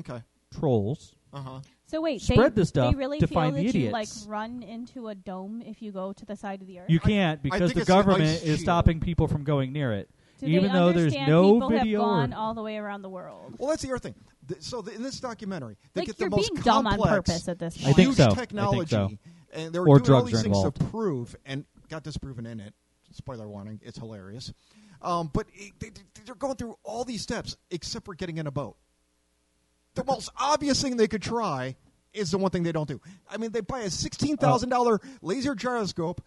S4: okay.
S2: trolls.
S4: Uh huh.
S3: so wait,
S2: Spread
S3: they,
S2: this stuff
S3: they really
S2: to
S3: feel
S2: find
S3: that
S2: the
S3: you like
S2: idiots.
S3: run into a dome if you go to the side of the earth.
S2: You can't because
S4: think
S2: the
S4: it's an ice
S2: government is
S4: shield.
S2: stopping people from going near it,
S3: Do
S2: even
S3: they
S2: though
S3: understand
S2: there's no
S3: people
S2: video.
S3: have
S2: or-
S3: gone all the way around the world?
S4: Well, that's the other thing. Th- So the, in this documentary, they
S3: Like,
S4: get the
S3: you're
S4: most
S3: being dumb on
S4: complex,
S3: purpose at this
S4: huge
S2: I think so. I think
S4: technology,
S2: so.
S4: and they were
S2: Or
S4: doing all
S2: drugs
S4: these
S2: are
S4: things to
S2: involved.
S4: prove, and got disproven in it. Spoiler warning: it's hilarious. Um, but it, they, they- they're going through all these steps except for getting in a boat. The most obvious thing they could try is the one thing they don't do. I mean, they buy a sixteen thousand dollar
S2: Uh.
S4: laser gyroscope,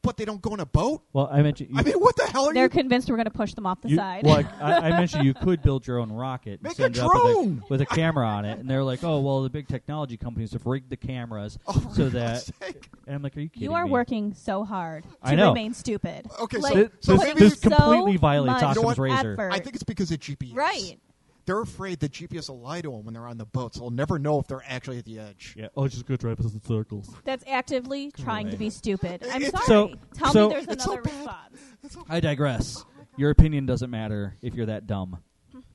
S4: but they don't go in a boat.
S2: Well, I mentioned you,
S4: I mean, what the hell are
S3: They're
S4: you?
S3: convinced we're going to push them off the
S2: you-
S3: side.
S2: well, I, I mentioned you could build your own rocket and
S4: Make a
S2: send it up with
S4: drone!
S2: with a camera on it, and they're like, "Oh, well, the big technology companies have rigged the cameras
S4: Oh,
S2: so
S4: for
S2: that."
S4: God's sake.
S2: And I'm like, "Are you kidding
S3: you are
S2: me?"
S3: working so hard to
S2: I know.
S3: remain stupid.
S4: Okay, so-
S3: like,
S2: Thi-
S4: so
S2: this,
S3: putting
S4: maybe-
S2: this
S3: so
S2: completely violates
S3: much
S4: You know
S2: Occam's
S4: what?
S2: razor.
S3: effort.
S4: I think it's because of GPS.
S3: Right.
S4: They're afraid that GPS will lie to them when they're on the boat, so they'll never know if they're actually at the edge.
S2: Yeah. Oh, just go drive us in circles.
S3: That's actively trying to
S2: away.
S3: be stupid. I'm sorry.
S4: It's-
S2: So-
S3: Tell
S2: so-
S3: me there's
S4: It's so
S3: another
S4: bad.
S3: response.
S2: I
S4: Oh
S2: digress. Your opinion doesn't matter if you're that dumb.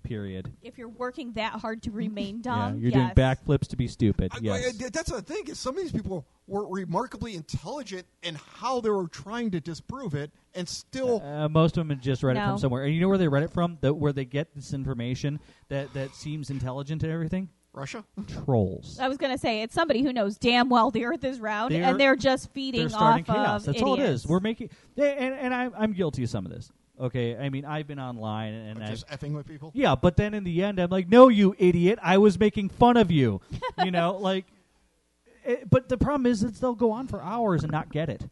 S2: Period.
S3: If you're working that hard to remain
S2: Yeah,
S3: dumb,
S2: you're
S3: yes.
S2: doing backflips to be stupid.
S4: I-
S2: yes.
S4: I- that's the thing is some of these people were remarkably intelligent in how they were trying to disprove it, and still
S2: Uh, most of them just read it
S3: No.
S2: from somewhere. And you know where they read it from? The, where they get this information that, that seems intelligent and everything?
S4: Russia.
S2: Trolls.
S3: I was going to say it's somebody who knows damn well the Earth is round,
S2: They're-
S3: and they're just
S2: They're
S3: feeding off
S2: starting chaos.
S3: of
S2: That's
S3: idiots.
S2: all it is. We're making, they- and, and I'm, I'm guilty of some of this. Okay, I mean, I've been online and I've,
S4: just effing with people.
S2: yeah, but then in the end, I'm like, no, you idiot! I was making fun of you. you know, like, it, but the problem is, it's they'll go on for hours and not get it.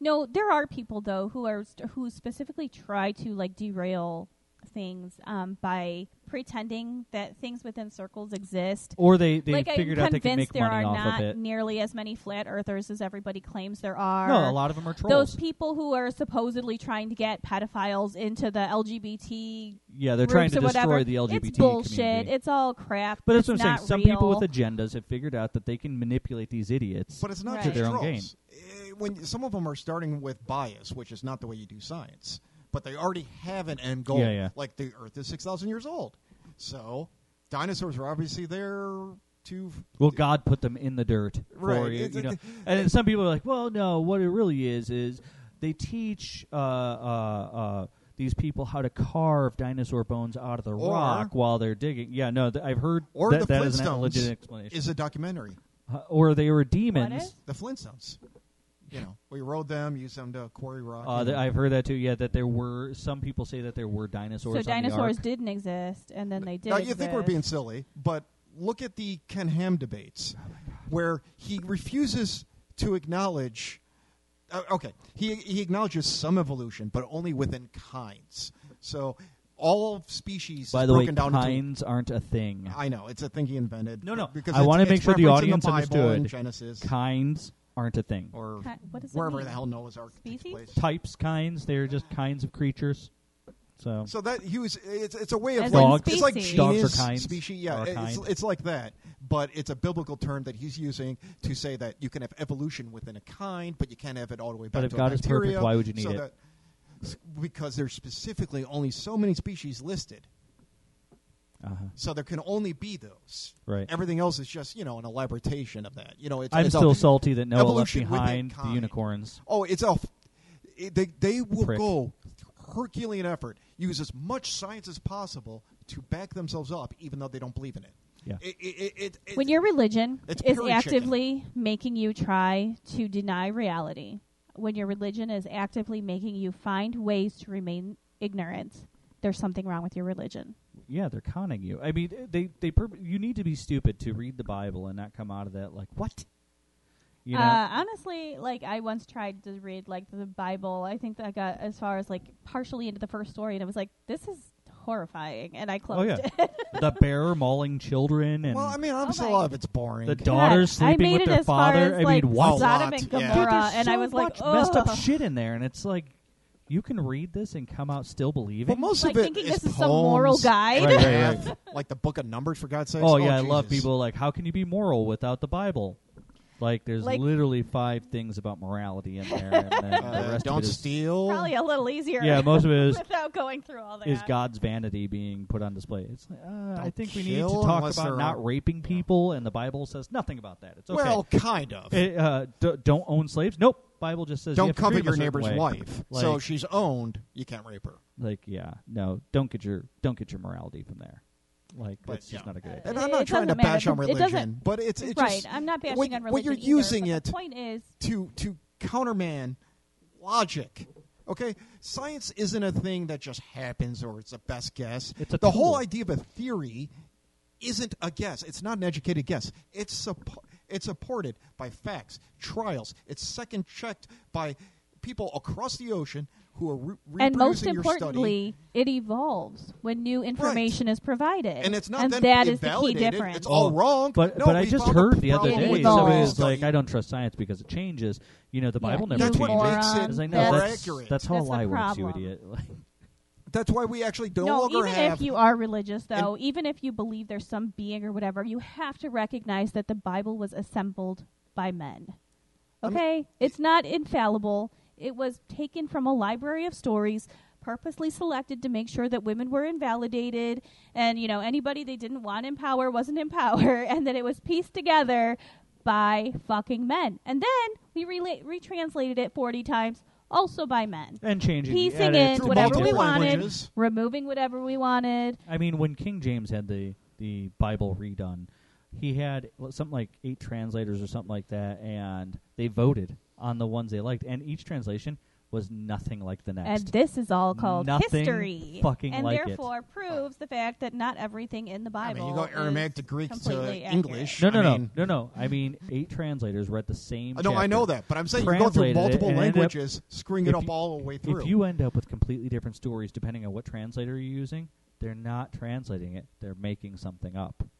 S3: no, there are people though who are st- who specifically try to like derail things um, by pretending that things within circles exist
S2: Or they they
S3: like
S2: figured
S3: I'm
S2: out they
S3: convinced
S2: can make
S3: there
S2: money
S3: are
S2: off
S3: not
S2: of it.
S3: nearly as many flat earthers as everybody claims there are.
S2: No, a lot of them are trolls.
S3: Those people who are supposedly trying to get pedophiles into the LGBT
S2: yeah, they're
S3: groups
S2: trying to
S3: or
S2: destroy
S3: whatever,
S2: the LGBT
S3: It's bullshit.
S2: community.
S3: It's all crap.
S2: but that's
S3: it's
S2: what I'm saying.
S3: not
S2: Some
S3: real.
S2: people with agendas have figured out that they can manipulate these idiots.
S4: But it's not
S3: Right.
S4: just
S3: To
S2: their own
S4: trolls. Eh, When some of them are starting with bias, which is not the way you do science, but they already have an end goal.
S2: Yeah, yeah.
S4: Like the Earth is six thousand years old, so dinosaurs were obviously there to
S2: well, God put them in the dirt for
S4: Right.
S2: you,
S4: It's-
S2: you know.
S4: it-
S2: and then some people are like, "Well, no, what it really is is they teach uh, uh, uh, these people how to carve dinosaur bones out of the
S4: Or-
S2: rock while they're digging." Yeah, no, th- I've heard
S4: or
S2: that,
S4: the
S2: that is an
S4: Flintstones
S2: legit explanation.
S4: is a documentary.
S2: Uh, or they were demons.
S3: is?
S4: The Flintstones. You know, we rode them, used them to quarry rock.
S2: Uh,
S4: you
S2: th-
S4: know.
S2: I've heard that too. Yeah, that there were some people say that there were dinosaurs.
S3: so
S2: on the
S3: dinosaurs
S2: ark.
S3: didn't exist, and then they did.
S4: Now you think we're
S3: exist. Oh,
S4: being silly, but look at the Ken Ham debates, where he refuses to acknowledge. Uh, okay, he he acknowledges some evolution, but only within kinds. So all of species
S2: By
S4: is
S2: the way,
S4: broken down into.
S2: kinds aren't a thing.
S4: I know it's a thing he invented.
S2: No, no,
S4: Because
S2: I
S4: it's-
S2: wanna
S4: it's
S2: make sure the
S4: referenced in
S2: audience
S4: the Bible
S2: understood.
S4: and Genesis
S2: Kinds aren't a thing.
S4: or
S3: Ki- what does that
S4: wherever
S3: mean?
S4: the hell Noah's Ark takes
S3: Species?
S4: place.
S2: Types, kinds. They're just kinds of creatures. So,
S4: So that he was. It's it's a way of
S3: As
S4: like
S2: Dogs.
S4: it's like
S3: species.
S2: Dogs are
S4: genus,
S2: kinds,
S4: species. Yeah,
S2: are a
S4: it's,
S2: kind.
S4: it's like that, but it's a biblical term that he's using to say that you can have evolution within a kind, but you can't have it all the way back
S2: But if
S4: to
S2: God
S4: a
S2: is
S4: bacteria.
S2: perfect, why would you need
S4: so
S2: it?
S4: That, because there's specifically only so many species listed,
S2: uh-huh.
S4: so there can only be those.
S2: Right.
S4: Everything else is just you know an elaboration of that. You know, it's,
S2: I'm
S4: it's a-
S2: still salty that Noah left
S4: evolution within
S2: behind the
S4: kind.
S2: unicorns.
S4: Oh, it's a. it- They they will
S2: Prick.
S4: go Herculean effort, use as much science as possible to back themselves up, even though they don't believe in it.
S2: Yeah.
S4: It, it, it, it, it-
S3: when your religion
S4: It's
S3: is
S4: prairie chicken.
S3: actively making you try to deny reality, when your religion is actively making you find ways to remain ignorant, there's something wrong with your religion.
S2: Yeah, they're conning you. I mean, they they per- you need to be stupid to read the Bible and not come out of that like what? You know,
S3: Uh, honestly, like I once tried to read like the Bible. I think that I got as far as like partially into the first story, and I was like, "This is horrifying," and I closed
S2: oh yeah,
S3: it.
S2: the bear mauling children and
S4: well, I mean, obviously
S3: Oh my-
S4: a lot of it's boring.
S2: the daughters
S3: I
S2: sleeping
S3: made
S2: with
S3: it
S2: their
S3: as
S2: father.
S3: Far
S2: I
S3: as,
S2: mean,
S3: like,
S2: what?
S4: Lot.
S3: Sodom and
S4: Yeah.
S3: Gomorrah,
S4: Dude,
S2: there's
S3: and
S2: so
S3: I was like,
S2: much messed up
S3: "Ugh."
S2: shit in there, and it's like you can read this and come out still believing.
S4: but most
S3: like
S4: of it
S3: thinking
S4: is
S3: this is some
S4: poems,
S3: moral guide.
S2: Right, right,
S4: math, like the Book of Numbers for God's sake.
S2: oh yeah, I love
S4: Jesus.
S2: people like how can you be moral without the Bible? Like there's
S3: Like-
S2: literally five things about morality in there, and then the
S4: Uh,
S2: rest
S4: don't
S2: of it is
S4: steal.
S3: Probably a little easier.
S2: yeah, most of it is
S3: without going through all that.
S2: is God's vanity being put on display? It's like, uh, I
S4: Don't
S2: think we need to
S4: kill
S2: talk
S4: unless
S2: about
S4: they're
S2: not
S4: all-
S2: raping people, and the Bible says nothing about that. It's okay.
S4: Well, kind of.
S2: Eh, uh, d- don't own slaves. Nope. Bible just says you
S4: don't
S2: have to
S4: covet
S2: treat 'em a
S4: your
S2: certain
S4: neighbor's
S2: way.
S4: wife.
S2: Like,
S4: so she's owned. You can't rape her.
S2: like, yeah, no, don't get your don't get your morality from there. Like
S4: But,
S2: it's just
S4: yeah.
S2: not a good idea.
S4: And
S3: It-
S4: I'm not
S3: it
S4: trying to
S3: doesn't matter.
S4: bash on
S3: It doesn't-
S4: religion, but it's it
S3: right.
S4: just
S3: I'm not bashing
S4: when-
S3: on religion.
S4: when you're
S3: either,
S4: using
S3: but
S4: it-
S3: The point is,
S4: to to counterman logic. Okay, science isn't a thing that just happens or it's a best guess.
S2: It's a
S4: the whole
S2: tool.
S4: idea of a theory isn't a guess. It's not an educated guess. It's suppo- it's supported by facts, trials. It's second checked by people across the ocean who are re- reproducing
S3: and most
S4: your study.
S3: importantly, it evolves when new information is provided,
S4: And it's not
S3: and
S4: then
S3: that is the key
S4: invalidated.
S3: difference.
S4: It's all wrong.
S2: Oh, But
S4: No,
S2: but I
S4: we
S2: just
S4: found a
S2: heard the other
S4: problem
S2: day
S3: with
S2: somebody
S3: all
S2: was like,
S4: study.
S2: I don't trust science because it changes. You know, the
S3: Yeah,
S2: Bible
S3: you
S2: never
S4: That's what
S2: changes.
S4: makes
S3: moron.
S4: it
S2: It's like, no,
S4: more
S2: that's,
S4: accurate.
S2: that's how
S3: That's the
S2: lie works, you
S3: problem.
S2: idiot. Like,
S4: That's why we actually no,
S3: no,
S4: longer
S3: even
S4: have
S3: if you are religious, though, even if you believe there's some being or whatever, you have to recognize that the Bible was assembled by men.
S4: I mean-
S3: Okay, it's not infallible. It was taken from a library of stories, purposely selected to make sure that women were invalidated, and you know anybody they didn't want in power wasn't in power, and that it was pieced together by fucking men. And then we rela- retranslated it 40 times, also by men
S2: and changing the
S3: piecing
S2: edits
S3: in
S4: through
S2: and
S3: whatever we
S2: multiple
S4: multiple
S3: wanted,
S4: languages.
S3: removing whatever we wanted.
S2: I mean, when King James had the the Bible redone, he had well, something like eight translators or something like that, and they voted on the ones they liked, and each translation was nothing like the next.
S3: And this is all called
S2: Nothing
S3: history,
S2: fucking
S3: and
S2: like it.
S3: therefore proves the fact that not everything in the
S4: I
S3: Bible.
S4: mean, you go Aramaic
S3: is
S4: to Greek to
S3: completely
S4: English.
S2: no, no,
S4: I
S2: no,
S4: mean,
S2: no, no. I mean, eight translators read the same.
S4: I know, I
S2: chapter.
S4: know that, but I'm saying you go through
S2: Translated it
S4: multiple
S2: and ended up-
S4: languages, screwing it
S2: if
S4: up
S2: you-
S4: all the way through.
S2: If you end up with completely different stories depending on what translator you're using, they're not translating it; they're making something up.
S3: accurate.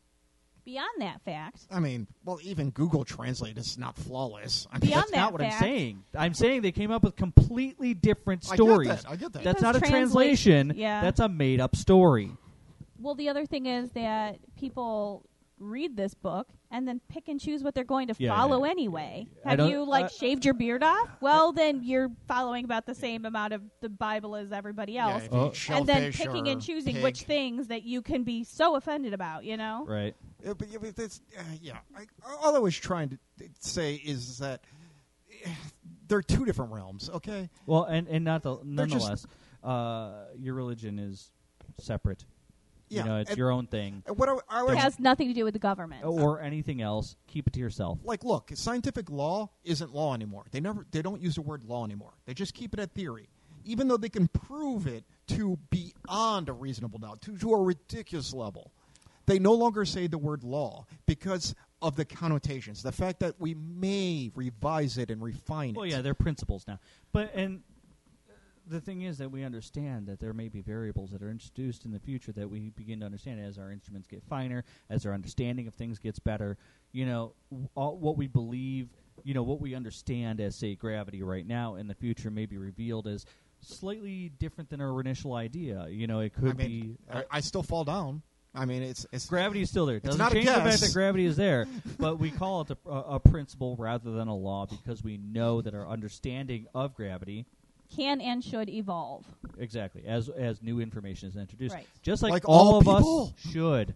S3: Beyond that fact,
S4: I mean, well, even Google Translate is not flawless. I mean,
S3: Beyond
S2: That's
S3: that
S2: not what
S3: fact-
S2: I'm saying. I'm saying they came up with completely different
S4: I
S2: stories.
S4: get that. I get that.
S2: That's
S3: Because
S2: not a
S3: translate-
S2: translation.
S3: yeah.
S2: That's a made up story.
S3: well, the other thing is that people read this book and then pick and choose what they're going to
S2: Yeah,
S3: follow
S2: yeah.
S3: anyway.
S2: I
S3: Have
S2: don't-
S3: you like
S2: uh,
S3: shaved your beard off? Well, then you're following about the same amount of the Bible as everybody
S4: Yeah,
S3: else.
S4: if you
S2: Oh.
S4: eat
S3: and then
S4: shellfish
S3: picking
S4: or
S3: and choosing
S4: pig.
S3: which things that you can be so offended about, you know?
S2: Right.
S4: Uh, but, yeah, but that's, uh, yeah. I, all I was trying to say is that eh, there are two different realms. Okay,
S2: Well, and and not the
S4: They're just-
S2: nonetheless, uh, your religion is separate.
S4: yeah.
S2: You know, it's
S4: and-
S2: your own thing
S4: and what I, I was
S3: It has nothing to do with the government.
S2: or anything else. Keep it to yourself.
S4: like look scientific law isn't law anymore they never they don't use the word law anymore they just keep it at theory even though they can prove it to beyond a reasonable doubt to, to a ridiculous level they no longer say the word law because of the connotations the fact that we may revise it and refine it
S2: Well, yeah, they're principles now. But and uh, the thing is that we understand that there may be variables that are introduced in the future that we begin to understand as our instruments get finer, as our understanding of things gets better. You know, w- all, what we believe, you know, what we understand as say gravity right now in the future may be revealed as slightly different than our initial idea. You know, it
S4: i
S2: could
S4: mean
S2: be uh,
S4: I, I still fall down i mean it's it's
S2: gravity is still there. Doesn't
S4: not a
S2: change the fact
S4: guess.
S2: that gravity is there, but we call it a, a, a principle rather than a law because we know that our understanding of gravity
S3: Can and should evolve.
S2: exactly as as new information is introduced.
S3: Right.
S2: Just like,
S4: Like
S2: all,
S4: all
S2: of
S4: people.
S2: us should,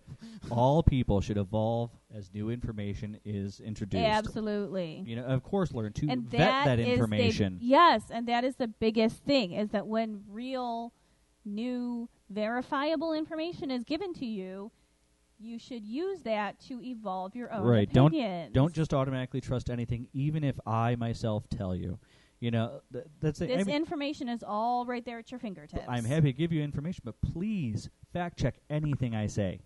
S2: all people should evolve as new information is introduced.
S3: Absolutely.
S2: You know, of course, learn to
S3: And
S2: vet that
S3: is the-
S2: information.
S3: yes, and that is the biggest thing is that when real, new, verifiable information is given to you, you should use that to evolve your own
S2: right
S3: opinions.
S2: don't don't just automatically trust anything even if i myself tell you you know th- that's it I
S3: This
S2: mean,
S3: information is all right there at your fingertips.
S2: i'm happy to give you information but please fact check anything i say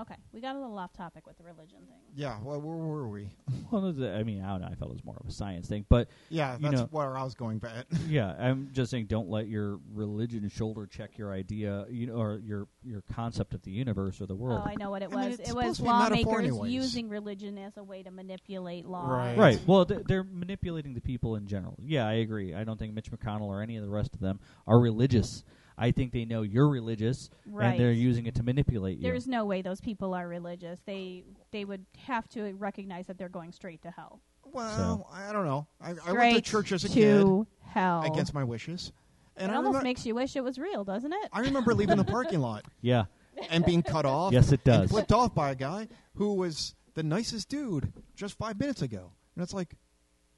S3: Okay, we got a little off topic with the religion thing.
S4: yeah well, where were we
S2: well that's- i mean i don't know i felt it was more of a science thing but
S4: yeah
S2: You
S4: that's
S2: know-
S4: where i was going but
S2: yeah, I'm just saying, don't let your religion shoulder check your idea, you know, or your your concept of the universe or the world.
S3: Oh, I know what it
S4: I mean,
S3: was.
S4: it's
S3: it was
S4: supposed to be a metaphor
S3: lawmakers
S4: anyways.
S3: using religion as a way to manipulate law.
S4: Right.
S2: Right. Well, th- they're manipulating the people in general. Yeah, I agree. I don't think Mitch McConnell or any of the rest of them are religious. I think they know you're religious,
S3: Right.
S2: and they're using it to manipulate you.
S3: There's no way those people are religious. They they would have to recognize that they're going straight to hell.
S4: well i don't know i, I went to
S3: Straight
S4: church as a kid
S3: to hell.
S4: against my wishes and
S3: Oh. it
S4: I
S3: almost
S4: remember-
S3: makes you wish it was real, doesn't it?
S4: I remember leaving the parking lot
S2: yeah.
S4: and being cut off.
S2: Yes, it
S4: And
S2: does.
S4: flipped off by a guy who was the nicest dude just five minutes ago, and it's like,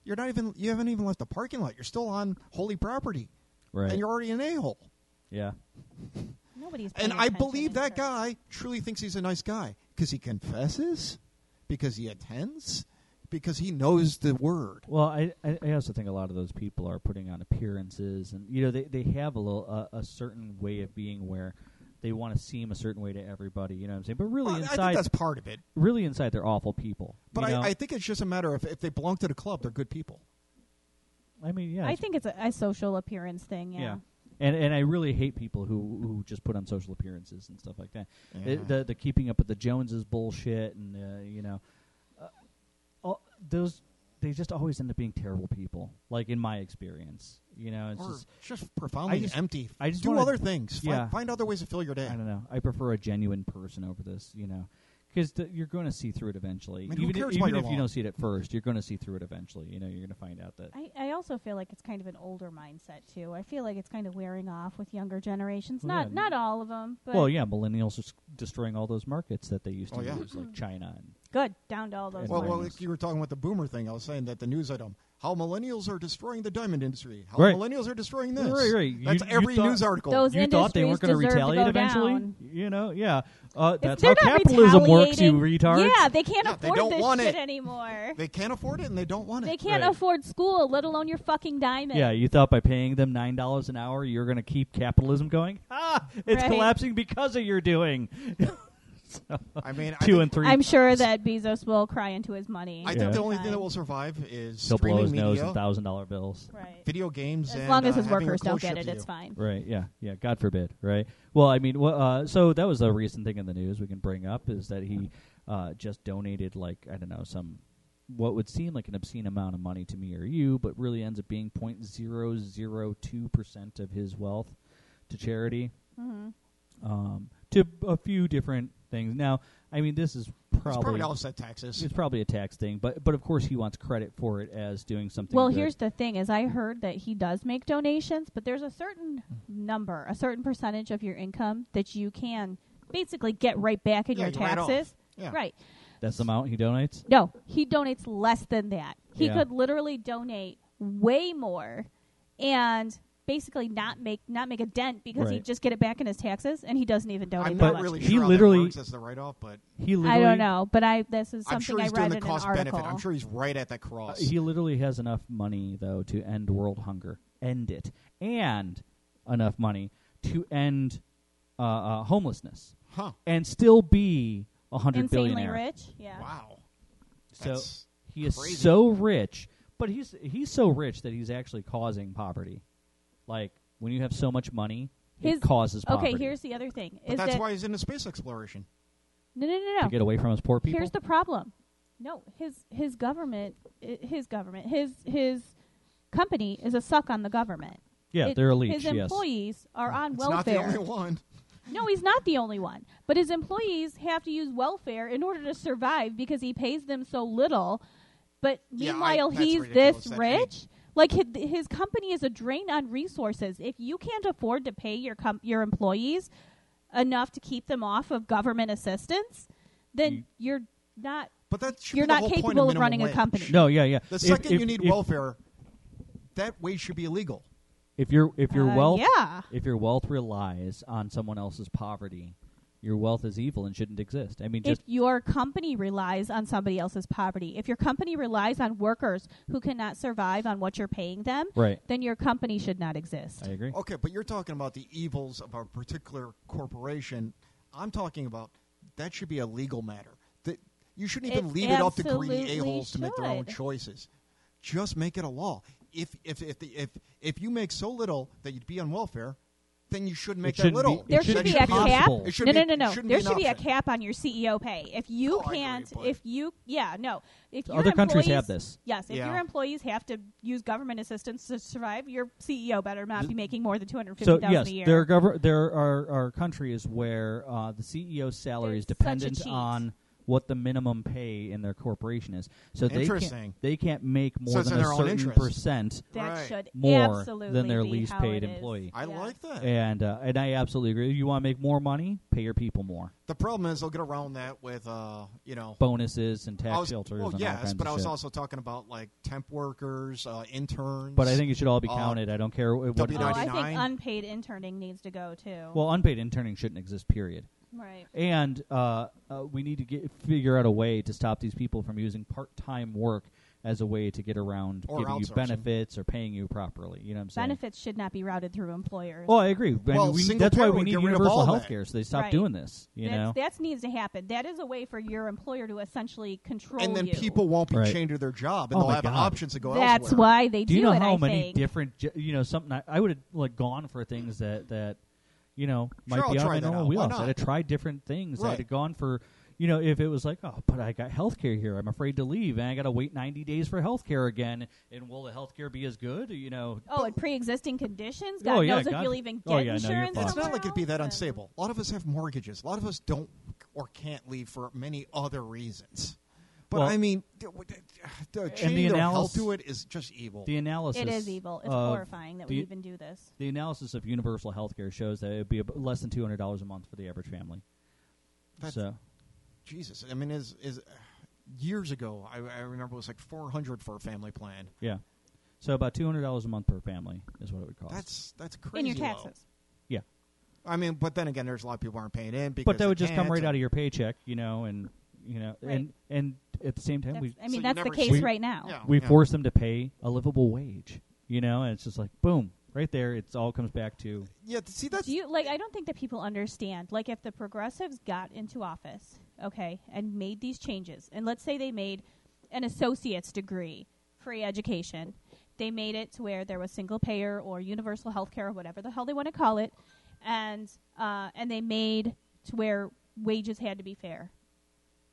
S4: you're not even. You haven't even left the parking lot. You're still on holy property,
S2: Right.
S4: and you're already an a hole.
S2: yeah.
S3: Nobody's. paying
S4: And I
S3: attention
S4: believe
S3: in
S4: that
S3: church.
S4: guy truly thinks he's a nice guy because he confesses, because he attends, because he knows the word.
S2: Well, I, I I also think a lot of those people are putting on appearances, and you know they they have a little uh, a certain way of being where they want to seem a certain way to everybody. You know what I'm saying? But really
S4: Well, I think
S2: inside,
S4: that's part of it.
S2: really inside, they're awful people.
S4: But
S2: you know?
S4: I, I think it's just a matter of if they belong to the club, they're good people.
S2: I mean, yeah,
S3: I
S2: it's-
S3: think it's a, a social appearance thing. Yeah.
S2: And and I really hate people who who just put on social appearances and stuff like that. The,
S4: Yeah.
S2: the the keeping up with the Joneses bullshit and uh, you know, uh, all, those they just always end up being terrible people. Like in my experience, you know, it's
S4: or
S2: just
S4: just, profoundly
S2: I just-
S4: empty.
S2: I just
S4: do
S2: wanna-
S4: other things. Find,
S2: yeah.
S4: find other ways to fill your day.
S2: I don't know. I prefer a genuine person over this, you know, because you're going to see through it eventually.
S4: I mean, who
S2: even i-
S4: cares
S2: even
S4: why you're
S2: if you
S4: wrong?
S2: don't see it at first, you're going to see through it eventually. You know, you're going to find out that
S3: I, I also feel like it's kind of an older mindset too. I feel like it's kind of wearing off with younger generations.
S2: Well,
S3: not
S2: yeah.
S3: not all of them, but
S2: well, yeah, millennials are s- destroying all those markets that they used to
S4: Oh, yeah.
S2: use, like China and
S3: good down to all those.
S4: Well,
S2: Mine
S4: well,
S2: is-
S4: like you were talking about the boomer thing. I was saying that the news item, how millennials are destroying the diamond industry, how
S2: Right.
S4: millennials are destroying this.
S2: Right, right. You-
S4: That's
S2: you
S4: every
S2: thought-
S4: news article.
S3: Those-
S2: you thought they weren't
S3: industries
S2: gonna
S3: deserve to
S2: retaliate
S3: go
S2: eventually.
S3: down.
S2: You know, yeah. Uh,
S3: It's-
S2: that's
S3: they're
S2: how
S3: not
S2: capitalism works, you
S3: retaliating.
S2: retards.
S3: Yeah, they can't
S4: Yeah, they
S3: afford
S4: don't
S3: this
S4: want
S3: shit
S4: it.
S3: anymore.
S4: they can't afford it and they don't want it.
S3: They can't
S2: Right.
S3: afford school, let alone your fucking diamond.
S2: Yeah, you thought by paying them nine dollars an hour, you're going to keep capitalism going? Ah, it's
S3: Right.
S2: collapsing because of your doing.
S4: I mean, I
S2: Two
S4: think,
S2: and three.
S3: I'm sure that Bezos will cry into his money.
S4: I think
S2: Yeah.
S4: the only thing that will survive is
S2: He'll blow
S4: streaming
S2: his nose
S4: media,
S2: and thousand dollar bills.
S3: Right.
S4: video games,
S3: As
S4: and,
S3: long as
S4: uh,
S3: his
S4: having a
S3: workers don't
S4: close
S3: get
S4: ship
S3: it,
S4: to
S3: it's
S4: you.
S3: fine.
S2: Right. Yeah. Yeah. God forbid. Right. Well, I mean, wha- uh, so that was a recent thing in the news we can bring up is that he uh, just donated like I don't know some what would seem like an obscene amount of money to me or you, but really ends up being point zero zero two percent of his wealth to charity,
S3: hmm
S2: um, to a few different things. Now, I mean, this is
S4: It's probably
S2: probably
S4: to offset taxes.
S2: it's probably a tax thing, but but of course he wants credit for it as doing something.
S3: Well,
S2: good.
S3: here's the thing: is I heard that he does make donations, but there's a certain number, a certain percentage of your income that you can basically get right back in
S4: Yeah,
S3: your
S4: you write off.
S3: taxes.
S4: Yeah.
S3: Right.
S2: that's the amount he donates.
S3: No, he donates less than that. He
S2: Yeah.
S3: could literally donate way more and basically not make not make a dent because he'd
S2: Right.
S3: just get it back in his taxes and he doesn't even donate
S4: I'm
S3: that
S4: not
S2: But
S3: much.
S4: really
S2: he
S4: sure how that
S2: literally-
S4: works as the write-off, but
S2: He
S3: I
S2: literally
S3: don't know, but I this is something
S4: I'm sure he's
S3: I read
S4: doing the
S3: in an
S4: cost
S3: article.
S4: benefit. I'm sure he's right at that cross.
S2: Uh, He literally has enough money though to end world hunger, end it, and enough money to end uh, uh, homelessness,
S4: huh?
S2: and still be a hundred
S3: Insanely
S2: billionaire.
S3: rich. Yeah.
S4: Wow.
S2: So
S4: That's
S2: he is
S4: crazy.
S2: so rich, but he's he's so rich that he's actually causing poverty. Like when you have so much money,
S3: His-
S2: it causes poverty.
S3: Okay, here's the other thing.
S4: But
S3: is
S4: that's
S3: that,
S4: why he's into space exploration.
S3: No, no, no,
S2: to
S3: no.
S2: get away from us poor people.
S3: Here's the problem. No, his his government, i- his government, his his company is a suck on the government.
S2: yeah,
S3: It-
S2: they're elites.
S3: His
S2: yes.
S3: employees are on
S4: It's not
S3: welfare.
S4: the only one.
S3: No, he's not the only one. But his employees have to use welfare in order to survive because he pays them so little. But
S4: Yeah, I-
S3: meanwhile,
S4: that's
S3: he's
S4: ridiculous,
S3: this
S4: that
S3: rich. Like his, his company is a drain on resources. If you can't afford to pay your com- your employees enough to keep them off of government assistance,
S2: Mm.
S3: then you're not
S4: But that should
S3: You're
S4: be the
S3: not
S4: whole point
S3: capable of
S4: minimum
S3: running a
S4: wage.
S3: company.
S2: No, yeah, yeah.
S4: The
S2: If-
S4: second
S2: if-
S4: you need
S2: if-
S4: welfare, that wage should be illegal.
S2: if your if your
S3: Uh,
S2: wealth
S3: Yeah.
S2: if your wealth relies on someone else's poverty, your wealth is evil and shouldn't exist. I mean,
S3: If
S2: just
S3: your company relies on somebody else's poverty, if your company relies on workers who cannot survive on what you're paying them,
S2: right.
S3: then your company should not exist.
S2: I agree.
S4: Okay, but you're talking about the evils of a particular corporation. I'm talking about that should be a legal matter. That you shouldn't even
S3: It
S4: leave it up to greedy
S3: absolutely
S4: a holes to make their own
S3: should.
S4: choices. Just make it a law. If if if the, if if you make so little that you'd be on welfare, then you shouldn't make
S2: It
S4: that
S2: shouldn't
S4: little.
S2: be-
S3: there
S2: it
S3: should
S2: shouldn't
S3: be
S2: be
S3: a cap.
S2: possible.
S4: It
S3: no,
S4: shouldn't
S3: no,
S4: be-
S3: no,
S4: it
S3: no.
S4: shouldn't
S3: There
S4: be an
S3: should be a
S4: option.
S3: cap on your CEO pay. If you
S4: Oh, I agree,
S3: can't,
S4: but-
S3: if you, yeah, no. If your
S2: Other countries have
S3: employees-
S2: this.
S3: Yes, if
S4: Yeah.
S3: your employees have to use government assistance to survive, your CEO better not be making more than two hundred fifty
S2: So
S3: thousand
S2: yes,
S3: a year.
S2: there are gover- there are, are countries where uh, the CEO's salary is
S3: They're such a
S2: dependent
S3: cheat.
S2: on what the minimum pay in their corporation is. So they
S4: Interesting.
S2: can't they can't make more
S4: it's
S2: than
S4: in
S2: a
S4: their own
S2: certain
S4: interest.
S2: percent
S3: that
S4: Right.
S3: should
S2: more
S3: absolutely
S2: than their
S3: be
S2: least
S3: how
S2: paid
S3: it is.
S2: employee.
S4: I
S3: Yeah.
S4: like that.
S2: And uh, and I absolutely agree. You want to make more money, pay your people more.
S4: The problem is they'll get around that with uh, you know
S2: bonuses and tax
S4: I was-
S2: shelters.
S4: Well,
S2: and all
S4: yes,
S2: kinds
S4: but
S2: of
S4: I was
S2: shit.
S4: also talking about like temp workers, uh, interns.
S2: But I think it should all be
S4: uh,
S2: counted. I don't care what. what
S3: Oh, I think
S4: $99?
S3: unpaid interning needs to go too.
S2: well, unpaid interning shouldn't exist. Period.
S3: right.
S2: And uh, uh, we need to get, figure out a way to stop these people from using part-time work as a way to get around
S4: Or
S2: giving you
S4: outsourcing.
S2: benefits or paying you properly. You know what I'm saying?
S3: Benefits should not be routed through employers.
S2: Oh, I agree. I mean,
S4: Well,
S2: we-
S4: single
S2: that's why
S4: payer
S2: we
S4: would
S2: need
S4: get rid of
S2: universal
S4: all
S2: health
S4: that.
S2: care, so they stop
S3: Right.
S2: doing this. You
S3: that's,
S2: know,
S3: that's needs to happen. That is a way for your employer to essentially control.
S4: and then
S3: you.
S4: people won't be
S2: Right.
S4: chained to their job, and
S2: Oh
S4: they'll
S2: my
S4: have
S2: God.
S4: options to go
S3: That's
S4: elsewhere.
S3: why they
S2: do
S3: do,
S2: you know
S3: it.
S2: how
S3: I
S2: many
S3: think.
S2: different j- you know something I, I would have like gone for things that that you know might
S4: Sure,
S2: be
S4: I'll
S2: on
S4: try
S2: my
S4: that
S2: normal
S4: out. Why
S2: wheelhouse.
S4: not?
S2: I'd have tried different things. I'd
S4: Right.
S2: have gone for you know if it was like oh but I got health care here. I'm afraid to leave and I got to wait 90 days for health care again. And will the health care be as good? You know.
S3: Oh, and pre-existing conditions. God
S2: Oh, yeah,
S3: knows if
S2: God-
S3: you'll even get
S2: oh, yeah, no, you're
S3: insurance.
S2: fucked.
S4: It's not
S3: somewhere
S4: like it'd be that
S3: else, and-
S4: unstable. A lot of us have mortgages. A lot of us don't or can't leave for many other reasons. But
S2: Well-
S4: I mean, the, the chain
S2: the
S4: their
S2: analysis-
S4: health to it is just evil.
S2: The analysis
S3: It is evil. It's
S2: of
S3: horrifying that we
S2: uh, the-
S3: even do this.
S2: The analysis of universal health care shows that it would be ab- less than $200 a month for the average family.
S4: That's-
S2: so
S4: Jesus, I mean, is is years ago? I, I remember it was like four hundred for a family plan.
S2: Yeah. So about two hundred dollars a month per family is what it would cost.
S4: That's that's
S3: In
S4: crazy.
S3: your
S4: low.
S3: taxes.
S2: yeah,
S4: I mean, but then again, there's a lot of people aren't paying in. Because
S2: but that
S4: they
S2: would just come
S4: can't.
S2: right out of your paycheck, you know, and you know,
S3: Right.
S2: and and at the same time,
S3: That's-
S2: we
S3: I
S4: So
S3: mean,
S4: you
S3: that's the
S4: never
S3: case
S2: see-
S3: right now.
S4: Yeah.
S2: we force them to pay a livable wage, you know, and it's just like boom, right there, it's all comes back to
S4: Yeah, see that's
S3: Do you like? I don't think that people understand. Like, if the progressives got into office, okay, and made these changes, and let's say they made an associate's degree free education, they made it to where there was single payer or universal health care or whatever the hell they want to call it, and uh, and they made to where wages had to be fair.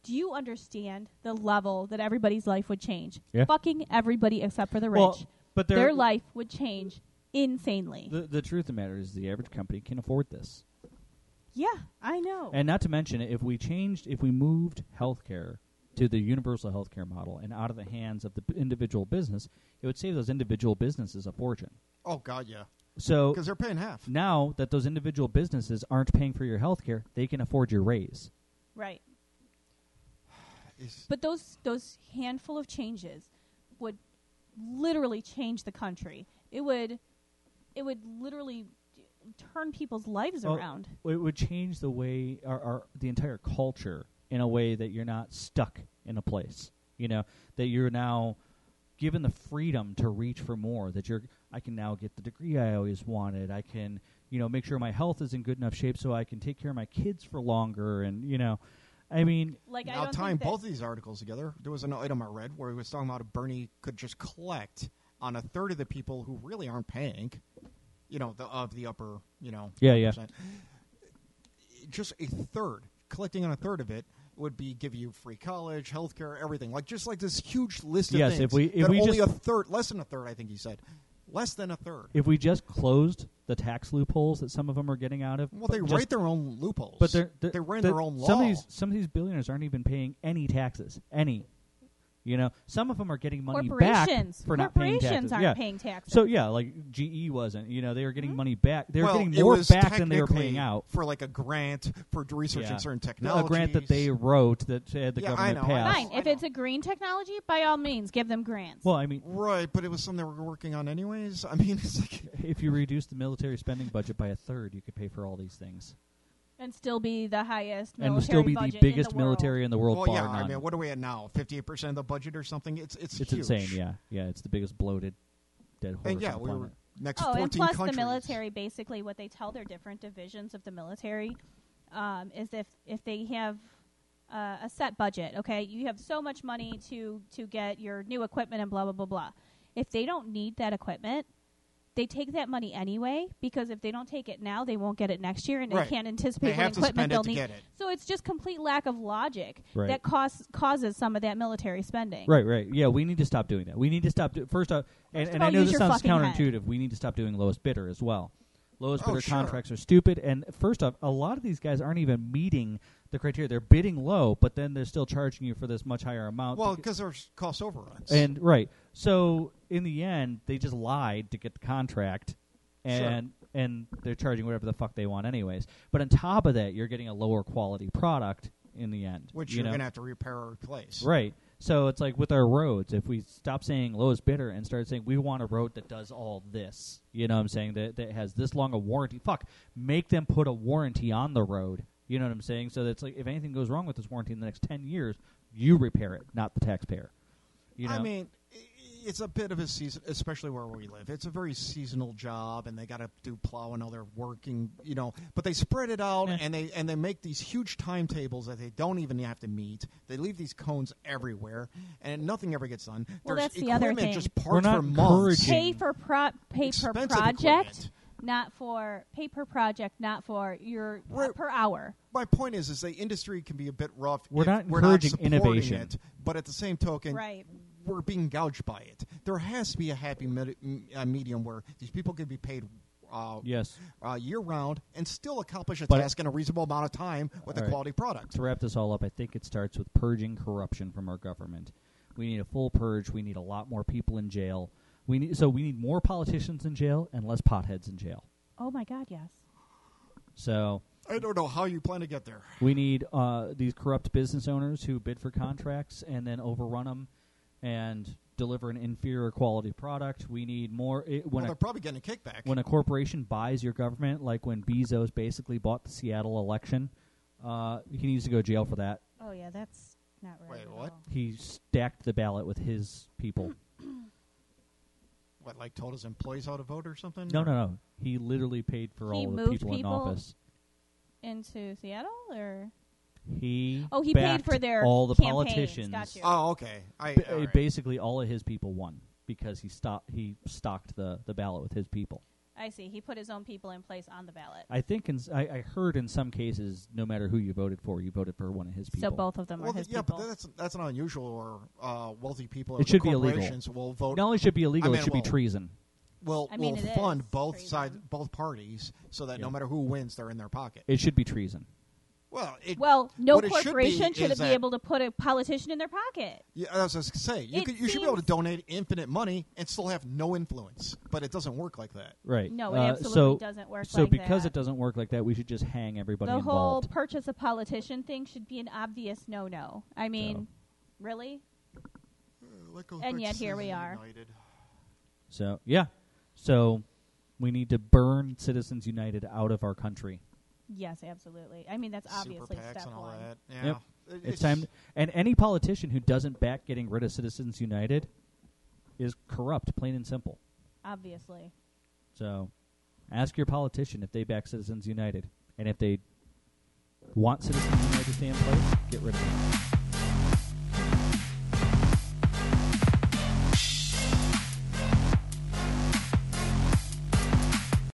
S3: Do you understand the level that everybody's life would change?
S2: Yeah.
S3: Fucking everybody except for the rich.
S2: Well, but they're-
S3: their life would change insanely.
S2: the the truth of the matter is the average company can afford this,
S3: yeah, I know.
S2: and not to mention if we changed, if we moved healthcare to the universal healthcare model and out of the hands of the b- individual business, it would save those individual businesses a fortune.
S4: oh god, yeah,
S2: So
S4: because they're paying half.
S2: now that those individual businesses aren't paying for your health care, they can afford your raise.
S3: right.
S4: It's-
S3: But those those handful of changes would literally change the country. It would it would literally turn people's lives
S2: Well,
S3: around.
S2: It would change the way our, our the entire culture in a way that you're not stuck in a place. You know that you're now given the freedom to reach for more. That you're I can now get the degree I always wanted. I can you know make sure my health is in good enough shape so I can take care of my kids for longer. And you know, I mean,
S3: Like I
S4: now
S3: don't
S4: tying
S3: think that-
S4: both of these articles together, there was an item I read where he was talking about Bernie could just collect on a third of the people who really aren't paying, you know, the, of the upper, you know,
S2: Yeah, yeah.
S4: 1%. Just a third, collecting on a third of it would be give you free college, healthcare, everything. Like just like this huge list of
S2: Yes, if
S4: things
S2: we- if
S4: that
S2: we
S4: only
S2: just-
S4: a third, less than a third, I think he said, less than a third.
S2: if we just closed the tax loopholes that some of them are getting out of,
S4: well,
S2: but
S4: they
S2: just
S4: write their own loopholes,
S2: But they're,
S4: they
S2: they're
S4: write
S2: they're-
S4: their own law.
S2: Some of these some of these billionaires aren't even paying any taxes, any. You know, some of them are getting money back
S3: corporations
S2: for not paying taxes.
S3: corporations aren't
S2: yeah.
S3: paying Mm-hmm. taxes.
S2: So yeah, like GE wasn't. You know, they were getting money back. They were
S4: well,
S2: getting
S4: it
S2: more
S4: was
S2: back than they were
S4: technically
S2: paying out.
S4: for like a grant for d- researching
S2: Yeah.
S4: certain
S2: A
S4: technologies.
S2: grant that they wrote that had the
S4: Yeah, I
S2: government
S4: know, I know.
S2: pass.
S3: Fine, if it's a green technology, by all means give them grants.
S2: Well, I mean,
S4: right, but it was something they were working on anyways. I mean, it's like
S2: if you reduce the military spending budget by a third, you could pay for all these things,
S3: and still be the highest
S2: and would
S3: military
S2: still be the
S3: budget in
S2: biggest
S3: the world.
S2: military in the world.
S4: well,
S2: bar
S4: yeah. I
S2: none.
S4: mean, what are we at now? Fifty-eight percent of the budget or something? It's it's
S2: it's
S4: huge.
S2: insane. Yeah, yeah, it's the biggest bloated dead horse.
S4: and
S2: on
S4: yeah,
S2: the
S4: we were
S2: planet.
S4: next
S3: Oh,
S4: fourteen
S3: and plus
S4: countries.
S3: the military, basically, what they tell their different divisions of the military um, is if if they have uh, a set budget, okay, you have so much money to to get your new equipment and blah blah blah blah. If they don't need that equipment, they take that money anyway because if they don't take it now, they won't get it next year, and
S4: Right.
S3: they can't anticipate
S4: They
S3: what
S4: have to
S3: equipment
S4: spend it
S3: they'll
S4: to
S3: need.
S4: get it.
S3: So it's just complete lack of logic
S2: Right.
S3: that causes causes some of that military spending.
S2: Right, right. Yeah, we need to stop doing that. We need to stop. Do- first off, and,
S3: First
S2: and
S3: of
S2: I
S3: all,
S2: know
S3: use
S2: this
S3: your
S2: sounds
S3: fucking head.
S2: counterintuitive. We need to stop doing lowest bidder as well. Lowest
S4: Oh,
S2: bidder
S4: sure.
S2: contracts are stupid, and first off, a lot of these guys aren't even meeting the criteria. They're bidding low, but then they're still charging you for this much higher amount.
S4: Well,
S2: Beca-
S4: because there's cost overruns.
S2: and right, so in the end, they just lied to get the contract,
S4: Sure.
S2: and and they're charging whatever the fuck they want anyways. But on top of that, you're getting a lower quality product in the end.
S4: which
S2: you
S4: you're
S2: know?
S4: going to have to repair or replace.
S2: Right. So it's like with our roads, if we stop saying lowest bidder and start saying we want a road that does all this, you know what I'm saying, that, that has this long a warranty, fuck, make them put a warranty on the road. You know what I'm saying? So that's like if anything goes wrong with this warranty in the next 10 years, you repair it, not the taxpayer. You know?
S4: I mean, i- it's a bit of a season, especially where we live. It's a very seasonal job, and they got to do plow and other working, you know. But they spread it out,
S2: Yeah.
S4: and they and they make these huge timetables that they don't even have to meet. They leave these cones everywhere, and nothing ever gets done.
S3: Well,
S4: There's
S3: that's the other thing.
S4: equipment just
S2: We're
S4: parked
S2: not
S4: for months.
S2: encouraging-
S3: pay for pro- pay per
S4: Expensive
S3: project,
S4: equipment.
S3: not for pay per project, not for your uh,
S4: Right.
S3: per hour.
S4: My point is, is the industry can be a bit rough.
S2: We're
S4: if
S2: not
S4: we're
S2: encouraging
S4: supporting
S2: innovation.
S4: it, but at the same token,
S3: Right.
S4: we're being gouged by it. There has to be a happy med- m- uh, medium where these people can be paid. Uh,
S2: yes.
S4: uh, year round and still accomplish a
S2: But-
S4: task in a reasonable amount of time with
S2: All
S4: a
S2: right.
S4: quality product.
S2: To wrap this all up, I think it starts with purging corruption from our government. We need a full purge. We need a lot more people in jail. We need, so we need more politicians in jail and less potheads in jail.
S3: Oh my God, yes.
S2: So
S4: I don't know how you plan to get there.
S2: We need uh, these corrupt business owners who bid for contracts and then overrun them and deliver an inferior quality product. We need more it,
S4: Well,
S2: when
S4: they're
S2: a,
S4: probably getting a kickback.
S2: when a corporation buys your government, like when Bezos basically bought the Seattle election. Uh, he needs to go to jail for that.
S3: Oh yeah, that's not right.
S4: Wait,
S3: at
S4: what?
S3: all.
S2: He stacked the ballot with his people.
S3: Hmm.
S4: what, like told his employees how to vote or something?
S2: No, no, no. He literally paid for
S3: He
S2: all the
S3: moved
S2: people, in
S3: people?
S2: office.
S3: Into Seattle or
S2: He
S3: Oh, he paid
S2: backed
S3: for their
S2: all the
S3: campaigns.
S2: politicians.
S3: Got you.
S4: Oh, okay. I,
S2: Ba-
S4: all right.
S2: Basically, all of his people won because he stopped. He stocked the the ballot with his people.
S3: I see. He put his own people in place on the ballot.
S2: I think in, s- I, I heard in some cases, no matter who you voted for, you voted for one of his people.
S3: So both of them
S4: Well,
S3: are his
S4: yeah,
S3: people.
S4: but that's that's not unusual. Or uh, wealthy people, or
S2: It should be illegal.
S4: corporations will vote.
S2: Not only should it be illegal,
S4: I
S2: it
S4: mean,
S2: should be
S4: well-
S2: treason.
S4: will
S3: I mean,
S4: will
S3: it
S4: fund
S3: is
S4: both
S3: treason.
S4: sides, both parties, so that
S2: Yeah.
S4: no matter who wins, they're in their pocket.
S2: It should be treason.
S4: well, it,
S3: well, no
S4: what it should be
S3: corporation should
S4: is
S3: be
S4: that-
S3: able to put a politician in their pocket.
S4: Yeah, as I was gonna say, you
S3: It
S4: could, you should be able to
S3: seems-
S4: donate infinite money and still have no influence. But it doesn't work like that.
S2: Right.
S3: No, it
S2: Uh,
S3: absolutely
S2: so,
S3: doesn't work
S2: So
S3: like
S2: because
S3: that.
S2: it doesn't work like that, we should just hang everybody
S3: the whole
S2: involved.
S3: purchase a politician thing should be an obvious no-no. I mean, really?
S4: Uh, oh,
S3: And yet here we are.
S2: so yeah. So we need to burn Citizens United out of our country.
S3: Yes, absolutely. I mean, that's obviously
S4: Super PACs
S3: step
S4: and all
S3: one.
S4: that. Yeah.
S2: Yep.
S4: It-
S2: It's, time. and any politician who doesn't back getting rid of Citizens United is corrupt, plain and simple.
S3: Obviously.
S2: So ask your politician if they back Citizens United. And if they want Citizens United to stay in place, get rid of them.